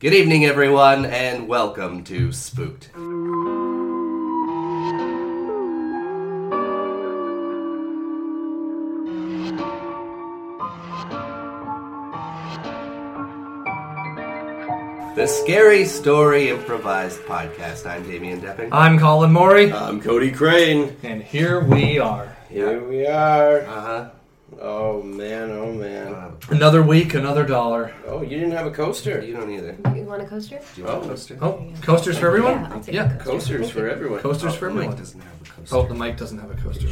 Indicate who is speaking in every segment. Speaker 1: Good evening, everyone, and welcome to Spooked. The Scary Story Improvised Podcast. I'm Damien Depping.
Speaker 2: I'm Colin Morey,
Speaker 3: I'm Cody Crane.
Speaker 2: and here we are.
Speaker 3: Here we are.
Speaker 1: Uh-huh.
Speaker 3: Oh man, oh man.
Speaker 1: Wow.
Speaker 2: Another week, another dollar.
Speaker 3: Oh, you didn't have a coaster.
Speaker 1: You don't either.
Speaker 4: You want a coaster?
Speaker 1: Do you want a coaster?
Speaker 2: Oh, coasters for
Speaker 4: Yeah,
Speaker 2: everyone?
Speaker 4: I'll take a coaster.
Speaker 3: Coasters for everyone.
Speaker 2: Coasters for
Speaker 1: Oh, Mike
Speaker 2: everyone.
Speaker 1: doesn't have a coaster.
Speaker 2: Oh, the mic doesn't have a coaster.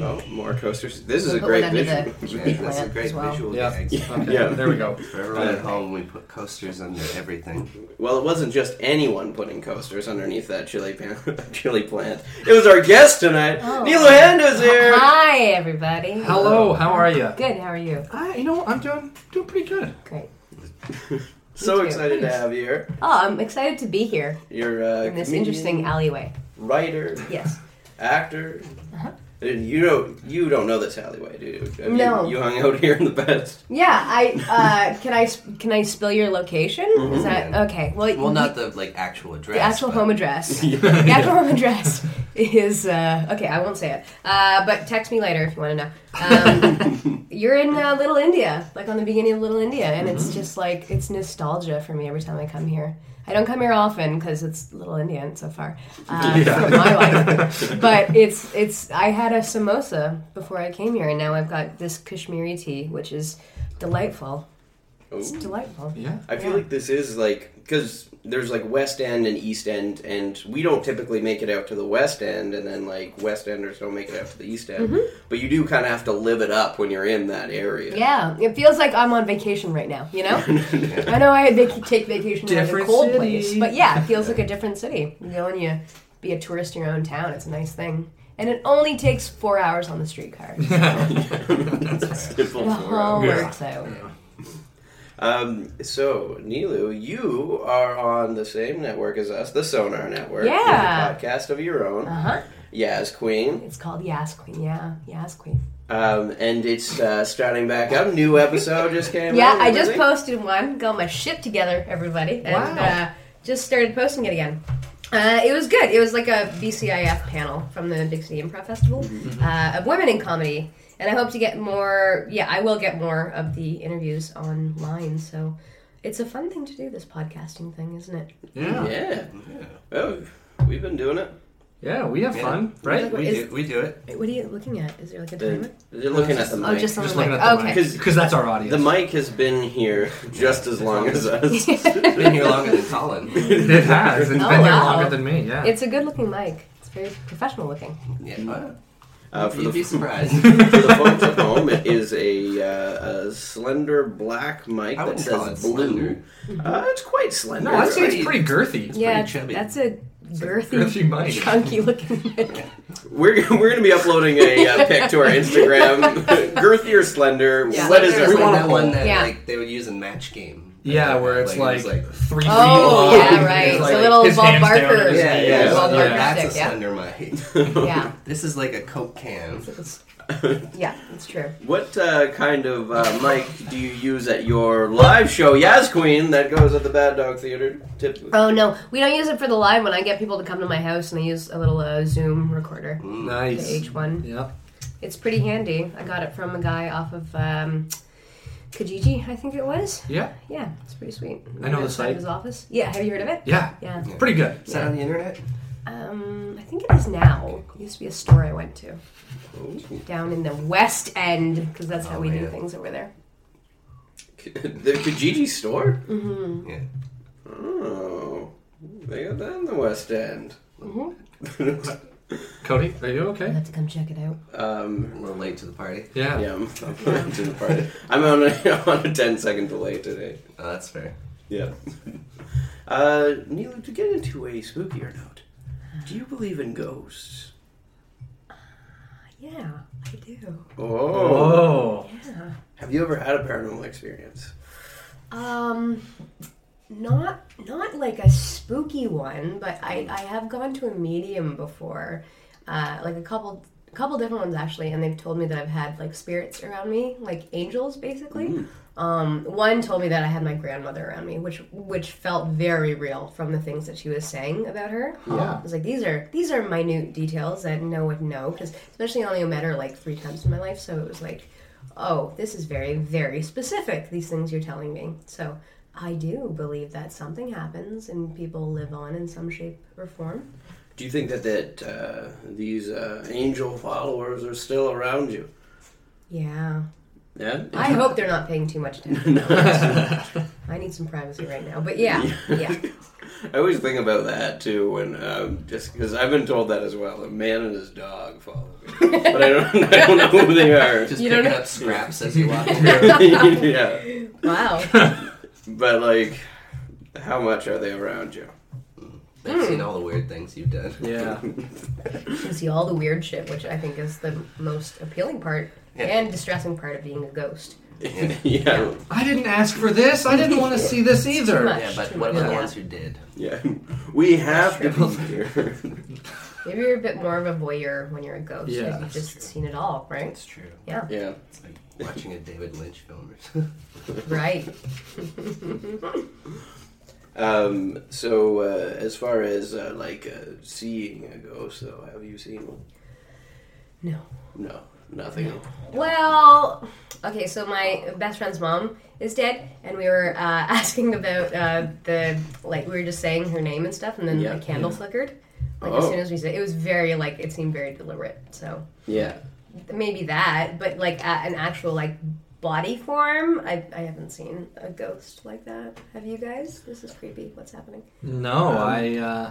Speaker 3: Oh, more coasters. This is
Speaker 4: We'll
Speaker 3: a
Speaker 4: put
Speaker 3: great
Speaker 4: one under
Speaker 1: Yeah,
Speaker 3: visual.
Speaker 1: that's a great
Speaker 4: As well.
Speaker 1: visual
Speaker 2: Yeah.
Speaker 1: gag.
Speaker 2: Okay,
Speaker 3: Yeah.
Speaker 2: there we go.
Speaker 1: For everyone at home, we put coasters under everything.
Speaker 3: well, it wasn't just anyone putting coasters underneath that chili pan, chili plant. It was our guest tonight.
Speaker 4: Oh.
Speaker 3: Neil Ohando's here.
Speaker 4: Hi, everybody.
Speaker 2: Hello, how are you?
Speaker 4: Good, how are you?
Speaker 2: I, you know, I'm doing doing pretty good.
Speaker 4: Great.
Speaker 3: So
Speaker 4: too.
Speaker 3: excited to have you here.
Speaker 4: Oh, I'm excited to be here
Speaker 3: You're uh,
Speaker 4: in this
Speaker 3: comedian,
Speaker 4: interesting alleyway.
Speaker 3: writer,
Speaker 4: Yes.
Speaker 3: actor.
Speaker 4: Uh-huh.
Speaker 3: Uh, You don't you don't know this alleyway, do you? Have you-
Speaker 4: No.
Speaker 3: You, hung out here in the best.
Speaker 4: Yeah, I uh, can I can I spill your location? Is that okay? Well,
Speaker 1: Well, not the like actual address.
Speaker 4: the actual
Speaker 1: but-
Speaker 4: home address. The actual home address is uh, okay. I won't say it, uh, but text me later if you want to know. Um, you're in uh, Little India, like on the beginning of Little India, and it's just like it's nostalgia for me every time I come here. I don't come here often because it's Little India and so far uh, from my life. But it's it's. I had a samosa before I came here, and now I've got this Kashmiri tea, which is delightful. It's
Speaker 3: Ooh.
Speaker 4: delightful.
Speaker 2: Yeah.
Speaker 3: I feel
Speaker 4: Yeah.
Speaker 3: like this is like because there's like West End and East End, and we don't typically make it out to the West End, and then like West Enders don't make it out to the East End. But you do kind of have to live it up when you're in that area.
Speaker 4: Mm-hmm. Yeah, it feels like I'm on vacation right now. You know, I know I vac- take vacation in a
Speaker 2: Different
Speaker 4: cold
Speaker 2: city.
Speaker 4: place, but yeah, it feels like a different city. You go and you be a tourist in your own town. It's a nice thing, and it only takes four hours on the streetcar. It
Speaker 3: Simple for
Speaker 4: all
Speaker 3: us.
Speaker 2: Yeah.
Speaker 4: works out.
Speaker 3: Um, so Nilu, you are on the same network as us, the Sonar Network. with a
Speaker 4: Yeah.
Speaker 3: podcast of your own,
Speaker 4: Uh huh.
Speaker 3: Yaz Queen,
Speaker 4: It's called Yas Queen. Yeah, Yas Queen.
Speaker 3: um, and it's uh, starting back up. New episode just came.
Speaker 4: Yeah,
Speaker 3: out,
Speaker 4: I just
Speaker 3: everything.
Speaker 4: posted one. Got my shit together, everybody, and
Speaker 2: Wow.
Speaker 4: uh, just started posting it again. Uh, it was good. It was like a BCIF panel from the Big City Improv Festival uh, of women in comedy, and I hope to get more. Yeah, I will get more of the interviews online. So it's a fun thing to do. This podcasting thing, isn't it?
Speaker 2: Yeah.
Speaker 3: Yeah.
Speaker 1: Yeah.
Speaker 3: Oh, we've been doing it.
Speaker 2: Yeah, we have
Speaker 1: Yeah.
Speaker 2: fun, right?
Speaker 1: We
Speaker 4: Is-
Speaker 1: do, we do it.
Speaker 4: Wait, What are you looking at? Is there like a
Speaker 3: They're
Speaker 4: timer?
Speaker 3: they're looking at the mic.
Speaker 4: oh, just on
Speaker 2: Just
Speaker 4: the
Speaker 2: looking
Speaker 4: mic.
Speaker 2: at the
Speaker 4: okay.
Speaker 3: Because
Speaker 2: Because that's our
Speaker 3: the
Speaker 2: audience.
Speaker 3: mic has been here just as long as us. Uh,
Speaker 1: Been here longer than Colin.
Speaker 2: It has. It's
Speaker 4: Oh,
Speaker 2: been here
Speaker 4: wow.
Speaker 2: longer than me, yeah.
Speaker 4: It's a good looking mic. It's very professional looking.
Speaker 1: Yeah, well,
Speaker 3: Uh, for,
Speaker 1: you'd be
Speaker 3: the, for
Speaker 1: surprised.
Speaker 3: the folks at home, it is a, uh, a slender black mic
Speaker 1: I
Speaker 3: that
Speaker 1: wouldn't call
Speaker 3: says
Speaker 1: it
Speaker 3: blue. Uh, it's quite slender.
Speaker 2: no, I'd say
Speaker 1: pretty-
Speaker 2: it's pretty girthy.
Speaker 4: yeah,
Speaker 1: chubby.
Speaker 4: that's a girthy,
Speaker 2: Girthy mic.
Speaker 4: chunky looking mic.
Speaker 3: We're, we're going to be uploading a uh, pic to our Instagram. Girthy or slender?
Speaker 4: Yeah.
Speaker 3: What is
Speaker 1: There's
Speaker 3: it?
Speaker 1: like
Speaker 2: We want a
Speaker 1: that one that
Speaker 4: Yeah.
Speaker 1: like they would use in Match Game.
Speaker 2: Yeah, where it's
Speaker 1: it
Speaker 2: like,
Speaker 1: was
Speaker 2: three feet
Speaker 4: Oh,
Speaker 2: long.
Speaker 4: yeah, right.
Speaker 2: It's
Speaker 4: It's a little
Speaker 2: his
Speaker 4: Bob
Speaker 2: hands down
Speaker 4: Barker.
Speaker 2: at his
Speaker 1: yeah, yeah,
Speaker 2: knees.
Speaker 1: yeah,
Speaker 4: Well,
Speaker 1: yeah,
Speaker 4: Parker
Speaker 1: that's a
Speaker 4: stick, yeah.
Speaker 1: slender mic.
Speaker 4: Yeah.
Speaker 1: This is like a Coke can.
Speaker 4: yeah, it's true.
Speaker 3: What uh, kind of uh, mic do you use at your live show, Yaz Queen, that goes at the Bad Dog Theater? Typically.
Speaker 4: Oh no, we don't use it for the live one. I get people to come to my house and they use a little uh, Zoom recorder, the
Speaker 2: Nice.
Speaker 4: H1.
Speaker 2: Yeah.
Speaker 4: It's pretty handy. I got it from a guy off of um, Kijiji, I think it was.
Speaker 2: Yeah.
Speaker 4: Yeah, it's pretty sweet.
Speaker 2: I know the
Speaker 4: Outside
Speaker 2: site.
Speaker 4: of His office. Yeah, have you heard of it?
Speaker 2: Yeah.
Speaker 4: Yeah.
Speaker 2: Pretty good.
Speaker 1: Is that on the internet?
Speaker 4: Um, I think it is now. It used to be a store I went to
Speaker 3: Oh.
Speaker 4: down in the West End because that's how
Speaker 1: Oh,
Speaker 4: we do
Speaker 1: man.
Speaker 4: things over there.
Speaker 3: the Kijiji store?
Speaker 4: Mm-hmm.
Speaker 1: Yeah.
Speaker 3: Oh, they got that in the West End.
Speaker 2: Cody, are you
Speaker 4: I'll
Speaker 2: okay?
Speaker 4: Mm-hmm. have to come check it out.
Speaker 3: um,
Speaker 1: A little late to the party.
Speaker 2: Yeah.
Speaker 3: yeah, I'm, I'm to the party. I'm on a, on a 10 second delay today.
Speaker 1: Oh, that's fair.
Speaker 3: Yeah. Uh, Neil, to get into a spookier note, do you believe in ghosts?
Speaker 4: Yeah, I do.
Speaker 3: Oh.
Speaker 2: Oh.
Speaker 4: Yeah.
Speaker 3: Have you ever had a paranormal experience?
Speaker 4: Um, not not like a spooky one, but I I have gone to a medium before, uh, like a couple couple different ones actually, and they've told me that I've had like spirits around me, like angels basically, Um, one told me that I had my grandmother around me, which which felt very real from the things that she was saying about her.
Speaker 2: Yeah.
Speaker 4: I was like, these are these are minute details that no one know because especially I only met her like three times in my life, so it was like, oh, this is very very specific. These things you're telling me, so. I do believe that something happens and people live on in some shape or form.
Speaker 3: Do you think that that uh, these uh, angel followers are still around you?
Speaker 4: Yeah.
Speaker 3: Yeah.
Speaker 4: I hope they're not paying too much attention.
Speaker 3: No, it's-
Speaker 4: I need some privacy right now. But yeah, yeah.
Speaker 3: I always think about that too when um, just because I've been told that as well. A man and his dog follow me, but I don't, I don't know who they are.
Speaker 1: Just
Speaker 4: You don't
Speaker 1: picking
Speaker 4: know-
Speaker 1: up scraps as you walk.
Speaker 3: yeah,
Speaker 4: Wow.
Speaker 3: but like, how much are they around you?
Speaker 4: Hmm.
Speaker 1: They've seen all the weird things you've done.
Speaker 2: Yeah.
Speaker 4: You see all the weird shit, which I think is the most appealing part
Speaker 1: Yeah.
Speaker 4: and distressing part of being a ghost.
Speaker 3: yeah.
Speaker 2: I didn't ask for this. I didn't want to see this either.
Speaker 4: much.
Speaker 1: Yeah, but what about the
Speaker 4: Yeah.
Speaker 1: ones who did?
Speaker 3: yeah, We have to be here.
Speaker 4: Maybe you're a bit more of a voyeur when you're a ghost. 'cause
Speaker 2: Yeah,
Speaker 1: that's
Speaker 4: you've just
Speaker 1: true.
Speaker 4: seen it all, right?
Speaker 1: It's true.
Speaker 4: Yeah.
Speaker 3: yeah,
Speaker 1: It's like watching a David Lynch film or something.
Speaker 4: Right.
Speaker 3: Um, so, uh, as far as uh, like uh, seeing a ghost, though, have you seen one?
Speaker 4: No.
Speaker 3: No, nothing.
Speaker 4: Well, okay, so my best friend's mom is dead, and we were uh, asking about uh, the like we were just saying her name and stuff, and then
Speaker 3: Yeah.
Speaker 4: the candle flickered. Like as
Speaker 3: Oh.
Speaker 4: soon as we said it was very like it seemed very deliberate. So
Speaker 3: Yeah,
Speaker 4: maybe that, but like a an actual like body form, I I haven't seen a ghost like that. Have you guys? This is creepy. What's happening?
Speaker 2: No, I uh,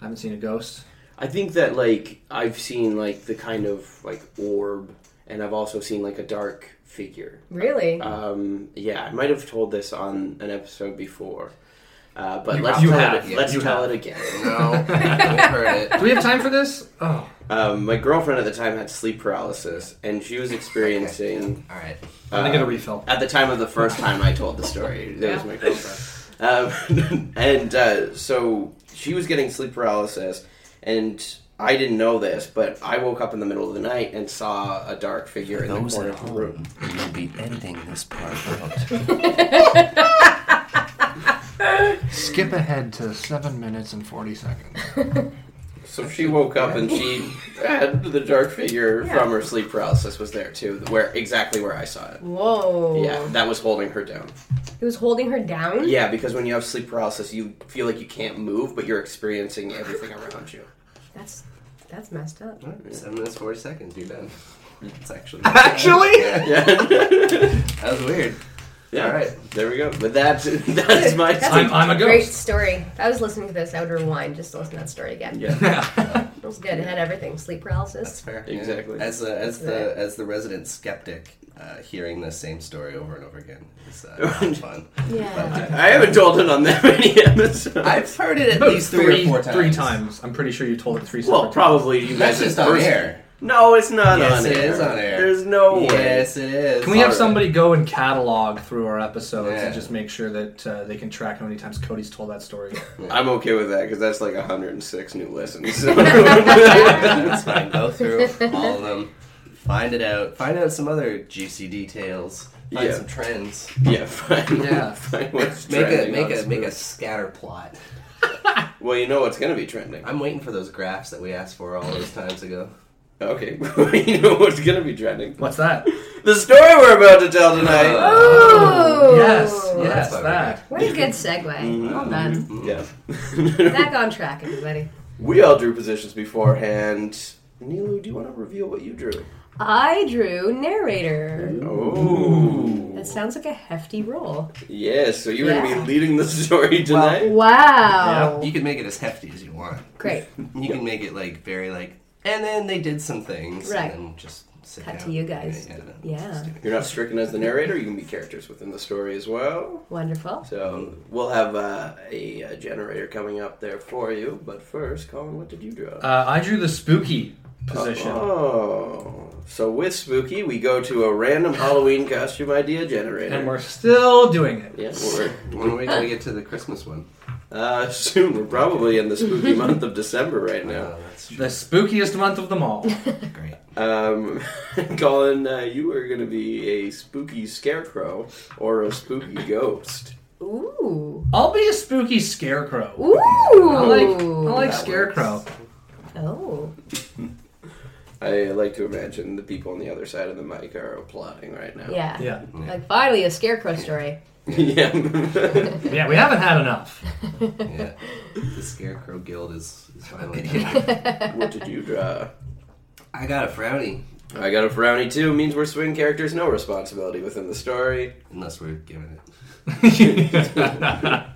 Speaker 2: I haven't seen a ghost.
Speaker 3: I think that like I've seen like the kind of like orb, and I've also seen like a dark figure.
Speaker 4: Really?
Speaker 2: Mm-hmm.
Speaker 3: Um, yeah, I might have told this on an episode before, uh, but
Speaker 2: You
Speaker 3: let's
Speaker 2: have.
Speaker 3: tell
Speaker 2: You
Speaker 3: it.
Speaker 2: have.
Speaker 3: let's
Speaker 2: You
Speaker 3: tell
Speaker 2: have.
Speaker 3: it again.
Speaker 1: No, I've heard it.
Speaker 2: Do we have time for this? Oh,
Speaker 3: Um, my girlfriend at the time had sleep paralysis, and she was experiencing.
Speaker 1: All right.
Speaker 2: I'm gonna get
Speaker 3: uh,
Speaker 2: a refill.
Speaker 3: at the time of the first time I told the story. That was
Speaker 4: Yeah.
Speaker 3: my girlfriend. Um, and uh, so she was getting sleep paralysis, and I didn't know this, but I woke up in the middle of the night and saw a dark figure in the
Speaker 1: Those
Speaker 3: corner
Speaker 1: at
Speaker 3: of the room.
Speaker 1: home, you'll be editing this part out.
Speaker 2: Skip ahead to seven minutes and forty seconds.
Speaker 3: So she woke up and she had the dark figure
Speaker 4: Yeah.
Speaker 3: from her sleep paralysis was there too, where exactly where I saw it.
Speaker 4: Whoa!
Speaker 3: Yeah, that was holding her down.
Speaker 4: It was holding her down.
Speaker 3: Yeah, because when you have sleep paralysis, you feel like you can't move, but you're experiencing everything around you.
Speaker 4: That's that's messed up.
Speaker 1: Seven minutes, 40 seconds, you're done. It's actually.
Speaker 2: Actually,
Speaker 3: Yeah,
Speaker 1: That was weird.
Speaker 3: yeah.
Speaker 1: All right.
Speaker 3: There we go. But that's that is my
Speaker 4: That's
Speaker 2: I'm, I'm a
Speaker 4: Great
Speaker 2: ghost.
Speaker 4: story. If I was listening to this, I would rewind just to listen to that story again.
Speaker 3: Yeah.
Speaker 4: It was good. It had everything. Sleep
Speaker 1: That's
Speaker 4: paralysis.
Speaker 1: fair.
Speaker 3: Exactly.
Speaker 1: As the as
Speaker 4: Right.
Speaker 1: the as the resident skeptic, uh, hearing the same story over and over again is uh, not fun.
Speaker 4: Yeah.
Speaker 3: I haven't told it on that many episodes.
Speaker 1: I've heard it at
Speaker 2: About
Speaker 1: least three, or four times.
Speaker 2: Three times. I'm pretty sure you told it three.
Speaker 3: well,
Speaker 2: separate
Speaker 3: probably you guys
Speaker 1: That's just on
Speaker 3: first-
Speaker 1: air.
Speaker 3: No, it's not
Speaker 1: Yes,
Speaker 3: on
Speaker 1: it
Speaker 3: air.
Speaker 1: is on air.
Speaker 3: There's no way.
Speaker 1: Yes, it is.
Speaker 2: Oh, Can we have
Speaker 3: Alright.
Speaker 2: somebody go and catalog through our episodes
Speaker 1: Yeah.
Speaker 2: and just make sure that uh, they can track how many times Cody's told that story?
Speaker 3: I'm okay with that because that's like 106 new listens. So.
Speaker 1: That's fine. Go through all of them. Find it out. Find out some other juicy details. Find
Speaker 3: Yeah.
Speaker 1: some trends.
Speaker 3: Yeah, fine.
Speaker 2: Yeah.
Speaker 3: fine. What's
Speaker 1: Make a
Speaker 3: trending
Speaker 1: make
Speaker 3: on
Speaker 1: a make a
Speaker 3: Spotify.
Speaker 1: scatter plot.
Speaker 3: Well, you know what's gonna be trending.
Speaker 1: I'm waiting for those graphs that we asked for all those times ago.
Speaker 3: Okay, you know what's gonna be trending.
Speaker 2: What's that?
Speaker 3: The story we're about to tell tonight.
Speaker 1: Uh,
Speaker 4: Oh.
Speaker 2: yes,
Speaker 1: Well,
Speaker 2: yes,
Speaker 1: that's not
Speaker 2: that.
Speaker 4: What a good segue.
Speaker 1: Mm-hmm.
Speaker 4: Well done.
Speaker 3: yeah.
Speaker 4: Back on track, everybody.
Speaker 3: we all drew positions beforehand. Nilu, do you want to reveal what you drew?
Speaker 4: I drew narrator.
Speaker 3: Oh.
Speaker 4: That sounds like a hefty role.
Speaker 3: Yes, so you're going
Speaker 4: Yeah.
Speaker 3: to be leading the story tonight?
Speaker 4: Wow.
Speaker 1: You can make it as hefty as you want.
Speaker 4: Great.
Speaker 1: You can make it like very like, and then they did some things.
Speaker 4: Right.
Speaker 1: And then just sit
Speaker 4: Cut to
Speaker 1: down.
Speaker 4: you guys.
Speaker 1: Yeah. yeah.
Speaker 4: Yeah.
Speaker 3: you're not stricken as the narrator, you can be characters within the story as well.
Speaker 4: Wonderful.
Speaker 3: So we'll have uh, a, uh generator coming up there for you, but first, Colin, what did you draw?
Speaker 2: Uh, I drew the spooky position.
Speaker 3: Oh. So with Spooky, we go to a random Halloween costume idea generator.
Speaker 2: And we're still doing it.
Speaker 3: yeah, we're,
Speaker 1: When are we gonna get to the Christmas one?
Speaker 3: uh, soon. We're probably in the spooky month of December right now.
Speaker 1: Oh, that's
Speaker 2: The spookiest month of them all.
Speaker 1: great.
Speaker 3: Um, Colin, uh, you are going to be a spooky scarecrow or a spooky ghost.
Speaker 4: Ooh.
Speaker 5: I'll be a spooky scarecrow.
Speaker 4: Ooh.
Speaker 5: I like, I like
Speaker 3: That
Speaker 5: scarecrow.
Speaker 4: Oh.
Speaker 3: I like to imagine the people on the other side of the mic are applauding right now.
Speaker 4: Yeah.
Speaker 5: Yeah,
Speaker 4: Like finally a scarecrow story.
Speaker 3: yeah.
Speaker 5: yeah. We haven't had enough.
Speaker 1: Yeah. The Scarecrow Guild is, is finally done.
Speaker 3: what did you draw?
Speaker 1: I got a frowny.
Speaker 3: I got a frowny too. Means we're swing characters, no responsibility within the story.
Speaker 1: Unless we're giving it.
Speaker 5: yeah,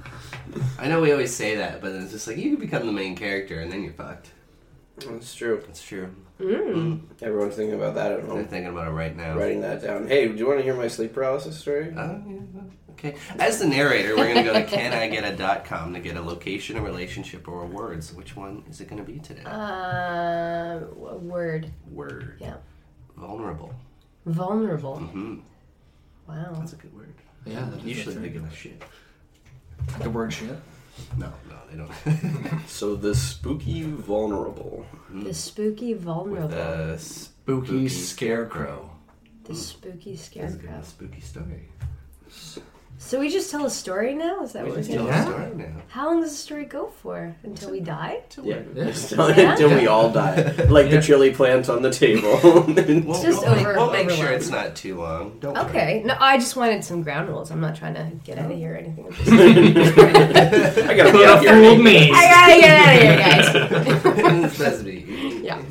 Speaker 1: I know we always say that, but then it's just like you become the main character and then you're fucked.
Speaker 3: That's true.
Speaker 1: That's true.
Speaker 4: Mm.
Speaker 3: Everyone's thinking about that at
Speaker 1: I'm
Speaker 3: home.
Speaker 1: thinking about it right now.
Speaker 3: Writing that down. Hey, do you want to hear my sleep paralysis story?
Speaker 1: Oh, yeah, well, okay. As the narrator, we're going to go to canigetit.com to get a location, a relationship, or a word. So which one is it going to be today?
Speaker 4: Uh, w- word.
Speaker 1: word.
Speaker 4: Yeah.
Speaker 1: Vulnerable.
Speaker 4: Vulnerable.
Speaker 1: hmm
Speaker 4: Wow.
Speaker 1: That's a good word.
Speaker 2: that is
Speaker 1: Usually
Speaker 2: a
Speaker 1: they
Speaker 2: thing.
Speaker 1: give a shit.
Speaker 2: the word shit.
Speaker 1: No, no, they don't.
Speaker 3: So the spooky vulnerable.
Speaker 4: The spooky vulnerable.
Speaker 1: the
Speaker 2: Spooky,
Speaker 1: spooky
Speaker 2: scarecrow.
Speaker 4: the spooky
Speaker 1: This is gonna be
Speaker 4: scarecrow.
Speaker 1: a spooky story.
Speaker 4: So we just tell a story now? Is that
Speaker 1: We
Speaker 4: what we're
Speaker 1: just
Speaker 4: doing?
Speaker 1: tell
Speaker 2: Yeah.
Speaker 1: a story now.
Speaker 4: How long does the story go for? Until we die?
Speaker 3: Yeah.
Speaker 2: Yeah.
Speaker 3: Until,
Speaker 4: Yeah?
Speaker 3: until we all die. Like
Speaker 5: Yeah.
Speaker 3: the chili plant on the table.
Speaker 1: We'll,
Speaker 4: just
Speaker 1: we'll,
Speaker 4: over-
Speaker 1: we'll make sure
Speaker 4: overwhelmed.
Speaker 1: it's not too long. Don't worry.
Speaker 4: Okay. No, I just wanted some ground rules. I'm not trying to get out of here or anything. I'm just-
Speaker 3: I gotta be out
Speaker 5: Coulda
Speaker 3: here.
Speaker 5: fooled me.
Speaker 4: I gotta get out of here, guys.
Speaker 1: It's supposed to be.
Speaker 4: yeah.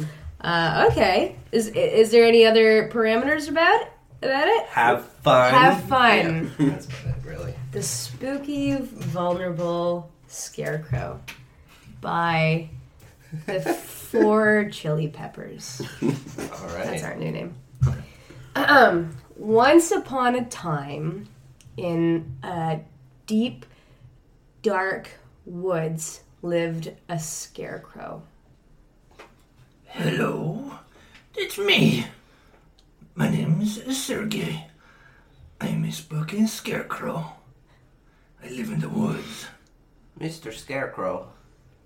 Speaker 4: Uh, okay. Is is there any other parameters about about it?
Speaker 1: Have fun.
Speaker 4: Have fun.
Speaker 1: Yeah, that's about it, really.
Speaker 4: The spooky, vulnerable scarecrow by the Four Chili Peppers.
Speaker 1: All
Speaker 4: That's
Speaker 1: right.
Speaker 4: our new name. Um, once upon a time, in a deep, dark woods, lived a scarecrow.
Speaker 6: Hello, it's me. My name is Sergey. I'm a spooky scarecrow. I live in the woods.
Speaker 1: Mr. Scarecrow,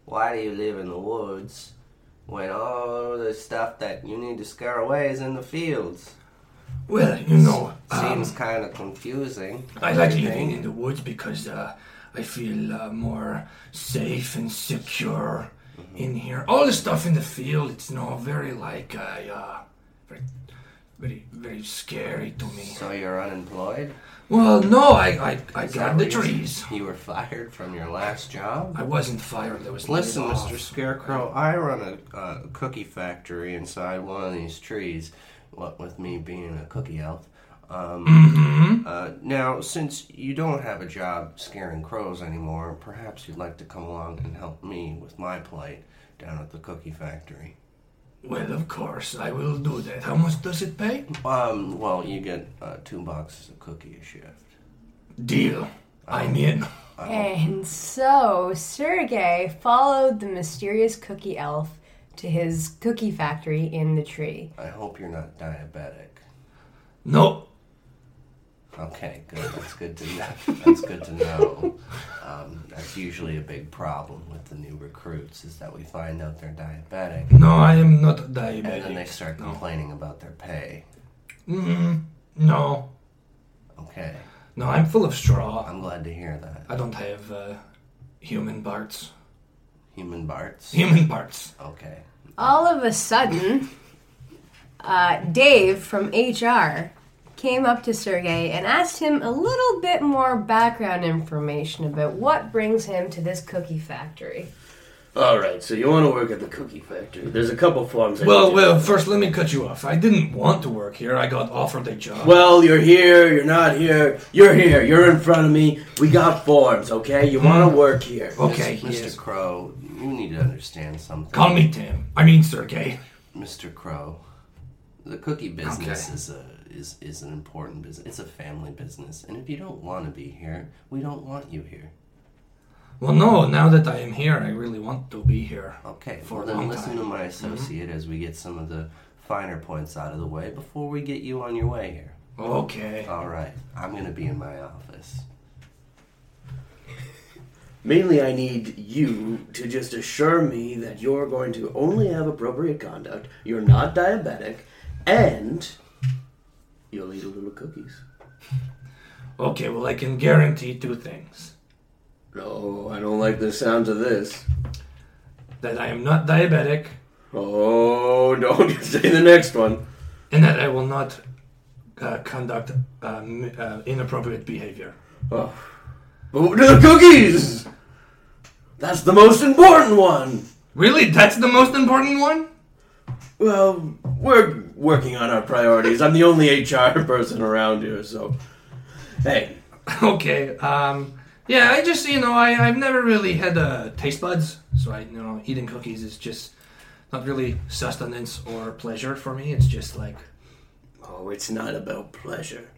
Speaker 1: why do you live in the woods when all the stuff that you need to scare away is in the fields?
Speaker 6: Well, you know, um,
Speaker 1: Seems kind of confusing.
Speaker 6: I like living in the woods because uh, I feel uh, more safe and secure
Speaker 1: Mm-hmm.
Speaker 6: in here. All the stuff in the field, it's no very like uh, uh, very, very, very scary to me.
Speaker 1: So you're unemployed?
Speaker 6: Well, no, I, I, I
Speaker 1: Is that
Speaker 6: got the
Speaker 1: what you-
Speaker 6: trees.
Speaker 1: You were fired from your last job?
Speaker 6: I wasn't fired. I was laid
Speaker 1: Listen,
Speaker 6: off.
Speaker 1: Mr. Scarecrow, I run a uh, cookie factory inside one of these trees, what with me being a cookie elf.
Speaker 6: Mm.
Speaker 1: Um,
Speaker 6: Mm-hmm.
Speaker 1: uh, now, since you don't have a job scaring crows anymore, perhaps you'd like to come along and help me with my plight down at the cookie factory.
Speaker 6: Well, of course, I will do that. How much does it pay?
Speaker 1: Um, well, you get uh, two boxes of cookie a shift.
Speaker 6: Deal.
Speaker 1: Um,
Speaker 6: I'm in.
Speaker 4: And so Sergey followed the mysterious cookie elf to his cookie factory in the tree.
Speaker 1: I hope you're not diabetic.
Speaker 6: No.
Speaker 1: Okay, good. That's good to know. That's good to know. Um, that's usually a big problem with the new recruits is that we find out they're diabetic
Speaker 6: No, I am not
Speaker 1: and then they
Speaker 6: diabetic.
Speaker 1: start complaining about their pay.
Speaker 6: Mm, no.
Speaker 1: Okay,
Speaker 6: No, I'm full of straw.
Speaker 1: I'm glad to hear that.
Speaker 6: I don't have uh, human parts.
Speaker 1: Human Bart's.
Speaker 6: Human parts.
Speaker 1: Okay.
Speaker 4: All of a sudden, uh, Dave from HR came up to Sergey and asked him a little bit more background information about what brings him to this cookie factory.
Speaker 3: All right, so you want to work at the cookie factory? There's a couple forms. I need
Speaker 6: Well,
Speaker 3: to-
Speaker 6: well, first let me cut you off. I didn't want to work here. I got offered a job.
Speaker 3: Well, you're here. You're not here. You're here. You're in front of me. We got forms, okay? You want to work here?
Speaker 6: okay,
Speaker 1: Mr.
Speaker 6: Hmm. yes.
Speaker 1: Crow, you need to understand something.
Speaker 6: Call me Tim. I mean Sergey.
Speaker 1: Mr. Crow. The cookie business
Speaker 6: Okay.
Speaker 1: is a is is an important business. It's a family business, and if you don't want to be here, we don't want you here.
Speaker 6: Well, no, now that I am here, I really want to be here.
Speaker 1: Okay,
Speaker 6: For
Speaker 1: well
Speaker 6: a
Speaker 1: then
Speaker 6: long
Speaker 1: listen
Speaker 6: time.
Speaker 1: to my associate as we get some of the finer points out of the way before we get you on your way here.
Speaker 6: Okay.
Speaker 1: All right, I'm gonna be in my office.
Speaker 3: Mainly, I need you to just assure me that you're going to only have appropriate conduct, you're not diabetic, and you'll eat a little cookies.
Speaker 6: Okay, well, I can guarantee two things
Speaker 3: Oh, I don't like the sound of this.
Speaker 6: that I am not diabetic
Speaker 3: Oh, don't say the next one.
Speaker 6: and that I will not uh, conduct um, uh, inappropriate behavior.
Speaker 3: Oh. But the cookies! That's the most important one!
Speaker 6: Really? That's the most important one?
Speaker 3: Well, we're working on our priorities. I'm the only HR person around here, so. Hey,
Speaker 6: okay. Um, yeah, I just, you know, I, I've never really had uh, taste buds, so I, you know, eating cookies is just not really sustenance or pleasure for me. It's just like,
Speaker 3: Oh, it's not about pleasure.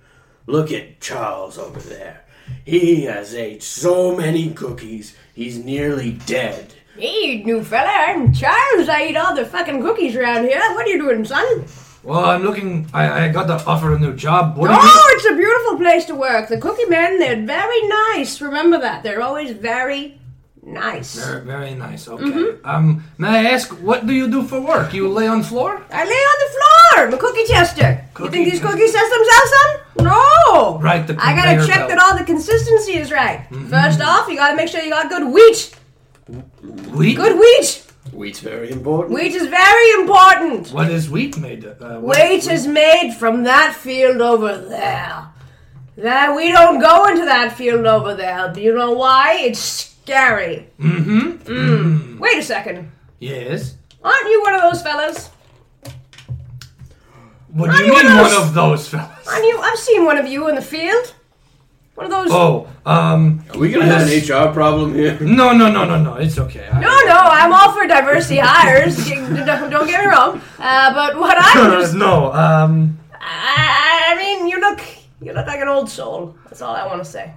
Speaker 3: Look at Charles over there. He has ate so many cookies, he's nearly dead.
Speaker 4: Hey, new fella, I'm Charles. I eat all the fucking cookies around here. What are you doing, son?
Speaker 6: well, I'm looking, I, I got the offer a new job. What do you?
Speaker 4: Oh, it's a beautiful place to work. The cookie men, they're very nice. Remember that. They're always very nice.
Speaker 6: Very, very nice. Okay.
Speaker 4: Mm-hmm.
Speaker 6: Um, may I ask, what do you do for work? You lay on floor?
Speaker 4: I lay on the floor. I'm a cookie tester. you
Speaker 6: Cookie
Speaker 4: think these
Speaker 6: tester.
Speaker 4: cookies test themselves, son? No.
Speaker 6: Right, the
Speaker 4: I gotta
Speaker 6: conveyor
Speaker 4: check
Speaker 6: belt. Mm-hmm.
Speaker 4: that all the consistency is right. First off, you gotta make sure you got good wheat.
Speaker 6: Wheat.
Speaker 4: Good wheat.
Speaker 3: Wheat's very important.
Speaker 4: Wheat is very important.
Speaker 6: What is wheat made? of? Uh, what-
Speaker 4: Wheat is made from that field over there. That we don't go into that field over there. Do you know why? It's scary.
Speaker 6: Mhm.
Speaker 4: Mm. Wait a second.
Speaker 6: Yes.
Speaker 4: Aren't you one of those fellas?
Speaker 6: What do you
Speaker 4: I'm one
Speaker 6: mean,
Speaker 4: of
Speaker 6: one
Speaker 4: those-
Speaker 6: of those fellas?
Speaker 4: Aren't you? I've seen one of you in the field. One of those.
Speaker 6: Oh, um,
Speaker 3: Are we gonna have an HR problem here?
Speaker 6: no, no, no, no, no. It's okay. I-
Speaker 4: No, no, I'm all for diversity hires. don't, don't get me wrong. Uh, but what I,
Speaker 6: no, um,
Speaker 4: I, I mean, you look, you look like an old soul. That's all I want to say.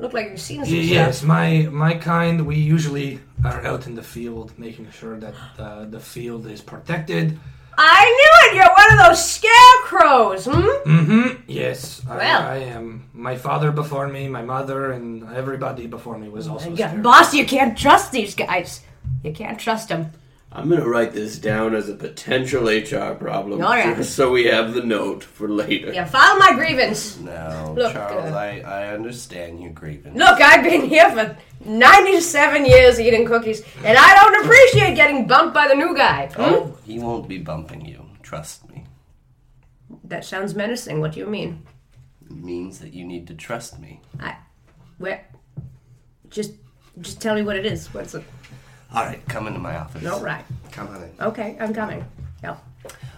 Speaker 4: Look like you've seen some
Speaker 6: yes,
Speaker 4: stuff.
Speaker 6: my my kind. We usually are out in the field, making sure that uh, the field is protected.
Speaker 4: I knew it. You're one of those scarecrows. Hmm.
Speaker 6: Mm-hmm. Yes,
Speaker 4: Well.
Speaker 6: I, I am. My father before me, my mother, and everybody before me was also.
Speaker 4: Yeah,
Speaker 6: scared.
Speaker 4: boss, you can't trust these guys. You can't trust them.
Speaker 3: I'm gonna write this down as a potential HR problem
Speaker 4: All right.
Speaker 3: just so we have the note for later.
Speaker 4: Yeah, file my grievance.
Speaker 1: No,
Speaker 4: Look,
Speaker 1: Charles,
Speaker 4: uh,
Speaker 1: I, I understand your grievance.
Speaker 4: Look, I've been here for 97 years eating cookies, and I don't appreciate getting bumped by the new guy. Hmm?
Speaker 1: Oh, he won't be bumping you. Trust me.
Speaker 4: That sounds menacing. What do you mean?
Speaker 1: It means that you need to trust me.
Speaker 4: I, where? Just, just tell me what it is. What's it?
Speaker 1: All right, come into my office.
Speaker 4: All right.
Speaker 1: Come on in.
Speaker 4: Okay, I'm coming. No.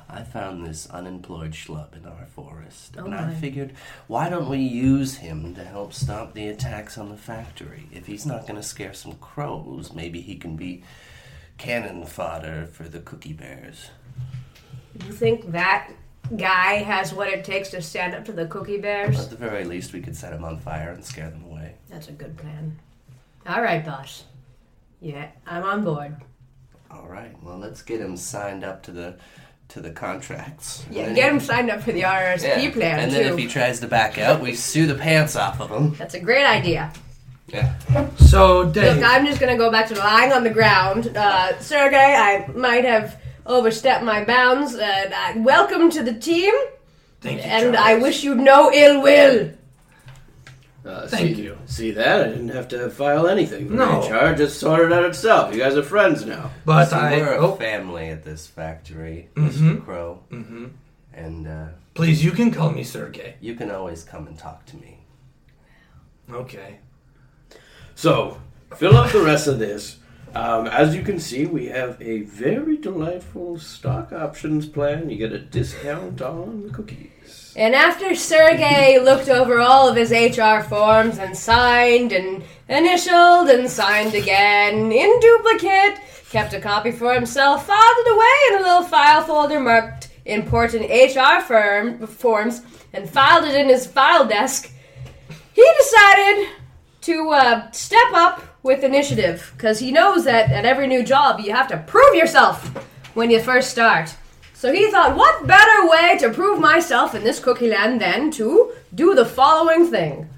Speaker 1: I found this unemployed schlub in our forest,
Speaker 4: Oh
Speaker 1: and
Speaker 4: my.
Speaker 1: I figured, why don't we use him to help stop the attacks on the factory? If he's not going to scare some crows, maybe he can be cannon fodder for the cookie bears.
Speaker 4: You think that guy has what it takes to stand up to the cookie bears?
Speaker 1: At the very least, we could set him on fire and scare them away.
Speaker 4: That's a good plan. All right, boss. Yeah, I'm on board.
Speaker 1: All right, well, let's get him signed up to the to the contracts. And
Speaker 4: Yeah,
Speaker 1: then-
Speaker 4: get him signed up for the RSP
Speaker 1: Yeah.
Speaker 4: plan
Speaker 1: And
Speaker 4: too.
Speaker 1: then if he tries to back out, we sue the pants off of him.
Speaker 4: That's a great idea.
Speaker 1: Yeah.
Speaker 6: So, Dave,
Speaker 4: Look, I'm just gonna go back to lying on the ground. Uh, Sergey, I might have overstepped my bounds. And I, welcome to the team,
Speaker 6: thank you.
Speaker 4: and
Speaker 6: Charles.
Speaker 4: I wish you no ill will.
Speaker 3: Uh,
Speaker 6: Thank
Speaker 3: see,
Speaker 6: you.
Speaker 3: See that? I didn't have to file anything. for
Speaker 6: No.
Speaker 3: HR just sorted out itself. You guys are friends now.
Speaker 6: But
Speaker 1: See,
Speaker 6: I
Speaker 1: we're a
Speaker 6: oh,
Speaker 1: family at this factory,
Speaker 6: Mhm.
Speaker 1: Mr. Crow,
Speaker 6: mhm.
Speaker 1: and uh,
Speaker 6: please, you can call me Sergey.
Speaker 1: you can always come and talk to me.
Speaker 6: Okay.
Speaker 3: So, fill up the rest of this. Um, as you can see, we have a very delightful stock options plan. You get a discount on the cookies.
Speaker 4: And after Sergey looked over all of his HR forms and signed and initialed and signed again in duplicate, kept a copy for himself, filed it away in a little file folder marked important HR firm forms, and filed it in his file desk, he decided to uh, step up with initiative because he knows that at every new job you have to prove yourself when you first start. So he thought, what better way to prove myself in this cookie land than to do the following thing?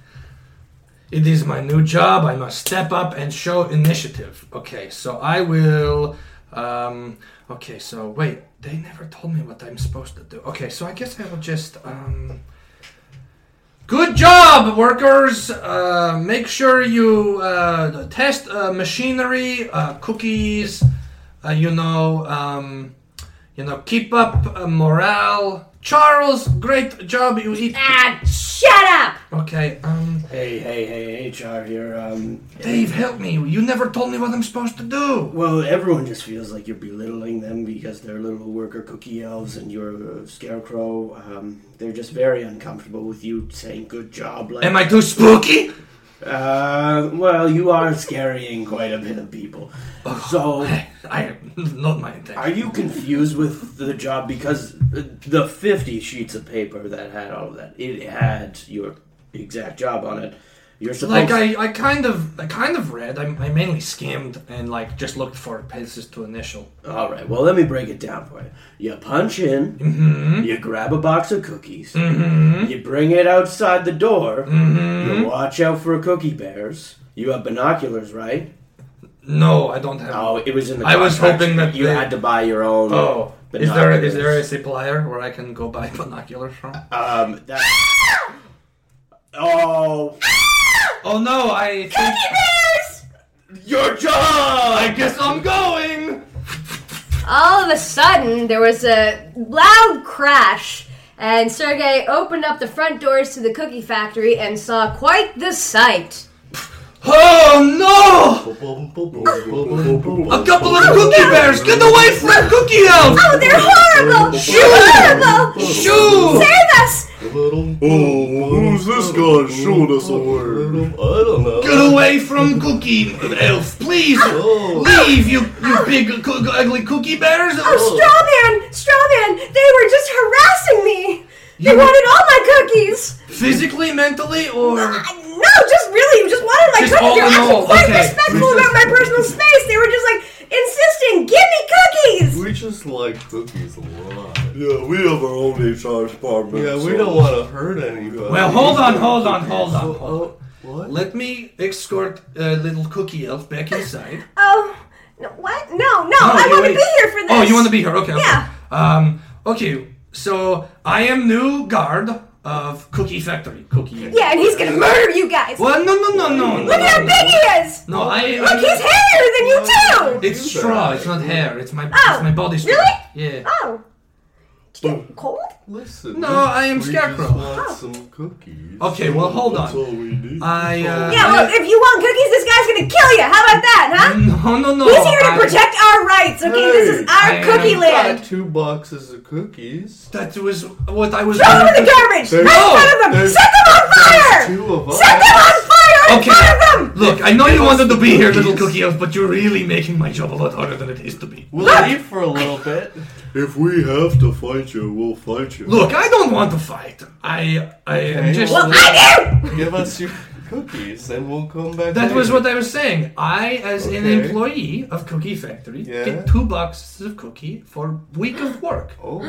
Speaker 6: It is my new job. I must step up and show initiative. Okay, so I will. Um, okay, so wait. They never told me what I'm supposed to do. Okay, so I guess I will just. Um, good job, workers! Uh, make sure you uh, test uh, machinery, uh, cookies. Uh, you know, um, you know, keep up uh, morale. Charles, great job. You eat.
Speaker 4: Ah, shut up!
Speaker 6: Okay. Um.
Speaker 3: Hey, hey, hey, HR here. Um,
Speaker 6: Dave, help me. You never told me what I'm supposed to do.
Speaker 3: well, everyone just feels like you're belittling them because they're little worker cookie elves and you're a scarecrow. Um, they're just very uncomfortable with you saying good job. Like,
Speaker 6: Am I too spooky?
Speaker 3: Uh, well, you are scarying quite a bit of people. So,
Speaker 6: I not my intention.
Speaker 3: are you confused with the job? Because the 50 sheets of paper that had all of that, it had your exact job on it. You're supposed
Speaker 6: like I, I kind of I kind of read. I, I mainly skimmed and like just looked for places to initial.
Speaker 3: All right, well, let me break it down for you. You punch in,
Speaker 6: Mm-hmm.
Speaker 3: you grab a box of cookies, you bring it outside the door,
Speaker 6: Mm-hmm.
Speaker 3: you watch out for cookie bears. You have binoculars, right?
Speaker 6: No, I don't have.
Speaker 3: No, it was in the
Speaker 6: I was
Speaker 3: contract.
Speaker 6: hoping that
Speaker 3: you
Speaker 6: they-
Speaker 3: had to buy your own.
Speaker 6: oh, is there
Speaker 3: binoculars.
Speaker 6: is there a supplier where I can go buy binoculars from?
Speaker 3: Um, that... oh,
Speaker 6: Oh no, I think
Speaker 3: your job!
Speaker 6: I guess I'm going.
Speaker 4: All of a sudden, there was a loud crash, and Sergey opened up the front doors to the cookie factory and saw quite the sight.
Speaker 6: Oh no! A couple of cookie bears! Get away from that cookie elf!
Speaker 4: Oh, they're horrible! They're horrible!
Speaker 6: Shoo!
Speaker 4: Save us!
Speaker 5: who's this guy showing us away? I don't know.
Speaker 6: Get away from Cookie Elf, please! Leave, you, you big coo- ugly cookie bears!
Speaker 4: Oh, Strawman! Strawman! They were just harassing me! They
Speaker 6: You-
Speaker 4: wanted all my cookies!
Speaker 6: Physically, mentally, or.
Speaker 4: I- No, just really, just wanted my
Speaker 6: Just
Speaker 4: cookies.
Speaker 6: all
Speaker 4: They were
Speaker 6: in
Speaker 4: actually
Speaker 6: all,
Speaker 4: quite
Speaker 6: okay.
Speaker 4: respectful about my personal space. They were just like insisting, give me cookies!
Speaker 5: We just like cookies a lot. Yeah, we have our own HR department.
Speaker 1: Yeah, we
Speaker 5: so-
Speaker 1: don't want to hurt anybody.
Speaker 6: Well, hold on, hold on, hold on. hold on.
Speaker 1: What?
Speaker 6: Oh, Let me escort uh, little Cookie Elf back inside.
Speaker 4: Oh, no, what? No, no,
Speaker 6: No,
Speaker 4: Oh, I
Speaker 6: you
Speaker 4: want to
Speaker 6: wait.
Speaker 4: be here for this.
Speaker 6: Oh, you want to be here? Okay. okay.
Speaker 4: Yeah.
Speaker 6: Um. Okay. So I am new guard of Cookie Factory. Cookie.
Speaker 4: Yeah, and he's gonna murder you guys.
Speaker 6: Well, no, no, no, no.
Speaker 4: Look at how big he is!
Speaker 6: No, I am.
Speaker 4: Look, he's hairier than you too!
Speaker 6: It's straw. It's not hair. It's my.
Speaker 4: Oh,
Speaker 6: it's my body. straw.
Speaker 4: really?
Speaker 6: Yeah.
Speaker 4: Oh. Did you get cold?
Speaker 5: Listen.
Speaker 6: No,
Speaker 5: we-
Speaker 6: I am
Speaker 5: we
Speaker 6: Scarecrow.
Speaker 5: Just want some cookies.
Speaker 6: Okay, well, hold
Speaker 5: That's
Speaker 6: on.
Speaker 5: all we need.
Speaker 6: I. Uh,
Speaker 4: Yeah, well, if you want cookies, this guy's gonna kill you. How about that, huh?
Speaker 6: No, no, no.
Speaker 4: He's here to
Speaker 6: I-
Speaker 4: protect our rights, okay? this is our
Speaker 6: I am
Speaker 4: cookie land.
Speaker 5: Got two boxes of cookies.
Speaker 6: That was what I was.
Speaker 4: Throw them in the garbage!
Speaker 5: There's-
Speaker 4: Make fun of them!
Speaker 5: there's-
Speaker 4: Set them on fire!
Speaker 5: Two of us.
Speaker 4: Set them on fire in
Speaker 6: Okay.
Speaker 4: front of them!
Speaker 6: Look, I know you wanted to be here, little cookie elf, but you're really making my job a lot harder than it is to be.
Speaker 1: We'll leave for a little bit.
Speaker 5: If we have to fight you, we'll fight you.
Speaker 6: Look, I don't want to fight. I, I am just.
Speaker 4: Well, I do!
Speaker 1: Give us your cookies, and we'll come back.
Speaker 6: That was
Speaker 1: later.
Speaker 6: what I was saying. I, as an
Speaker 5: Okay.
Speaker 6: employee of Cookie Factory,
Speaker 5: Yeah.
Speaker 6: get two boxes of cookie for week of work.
Speaker 5: Oh,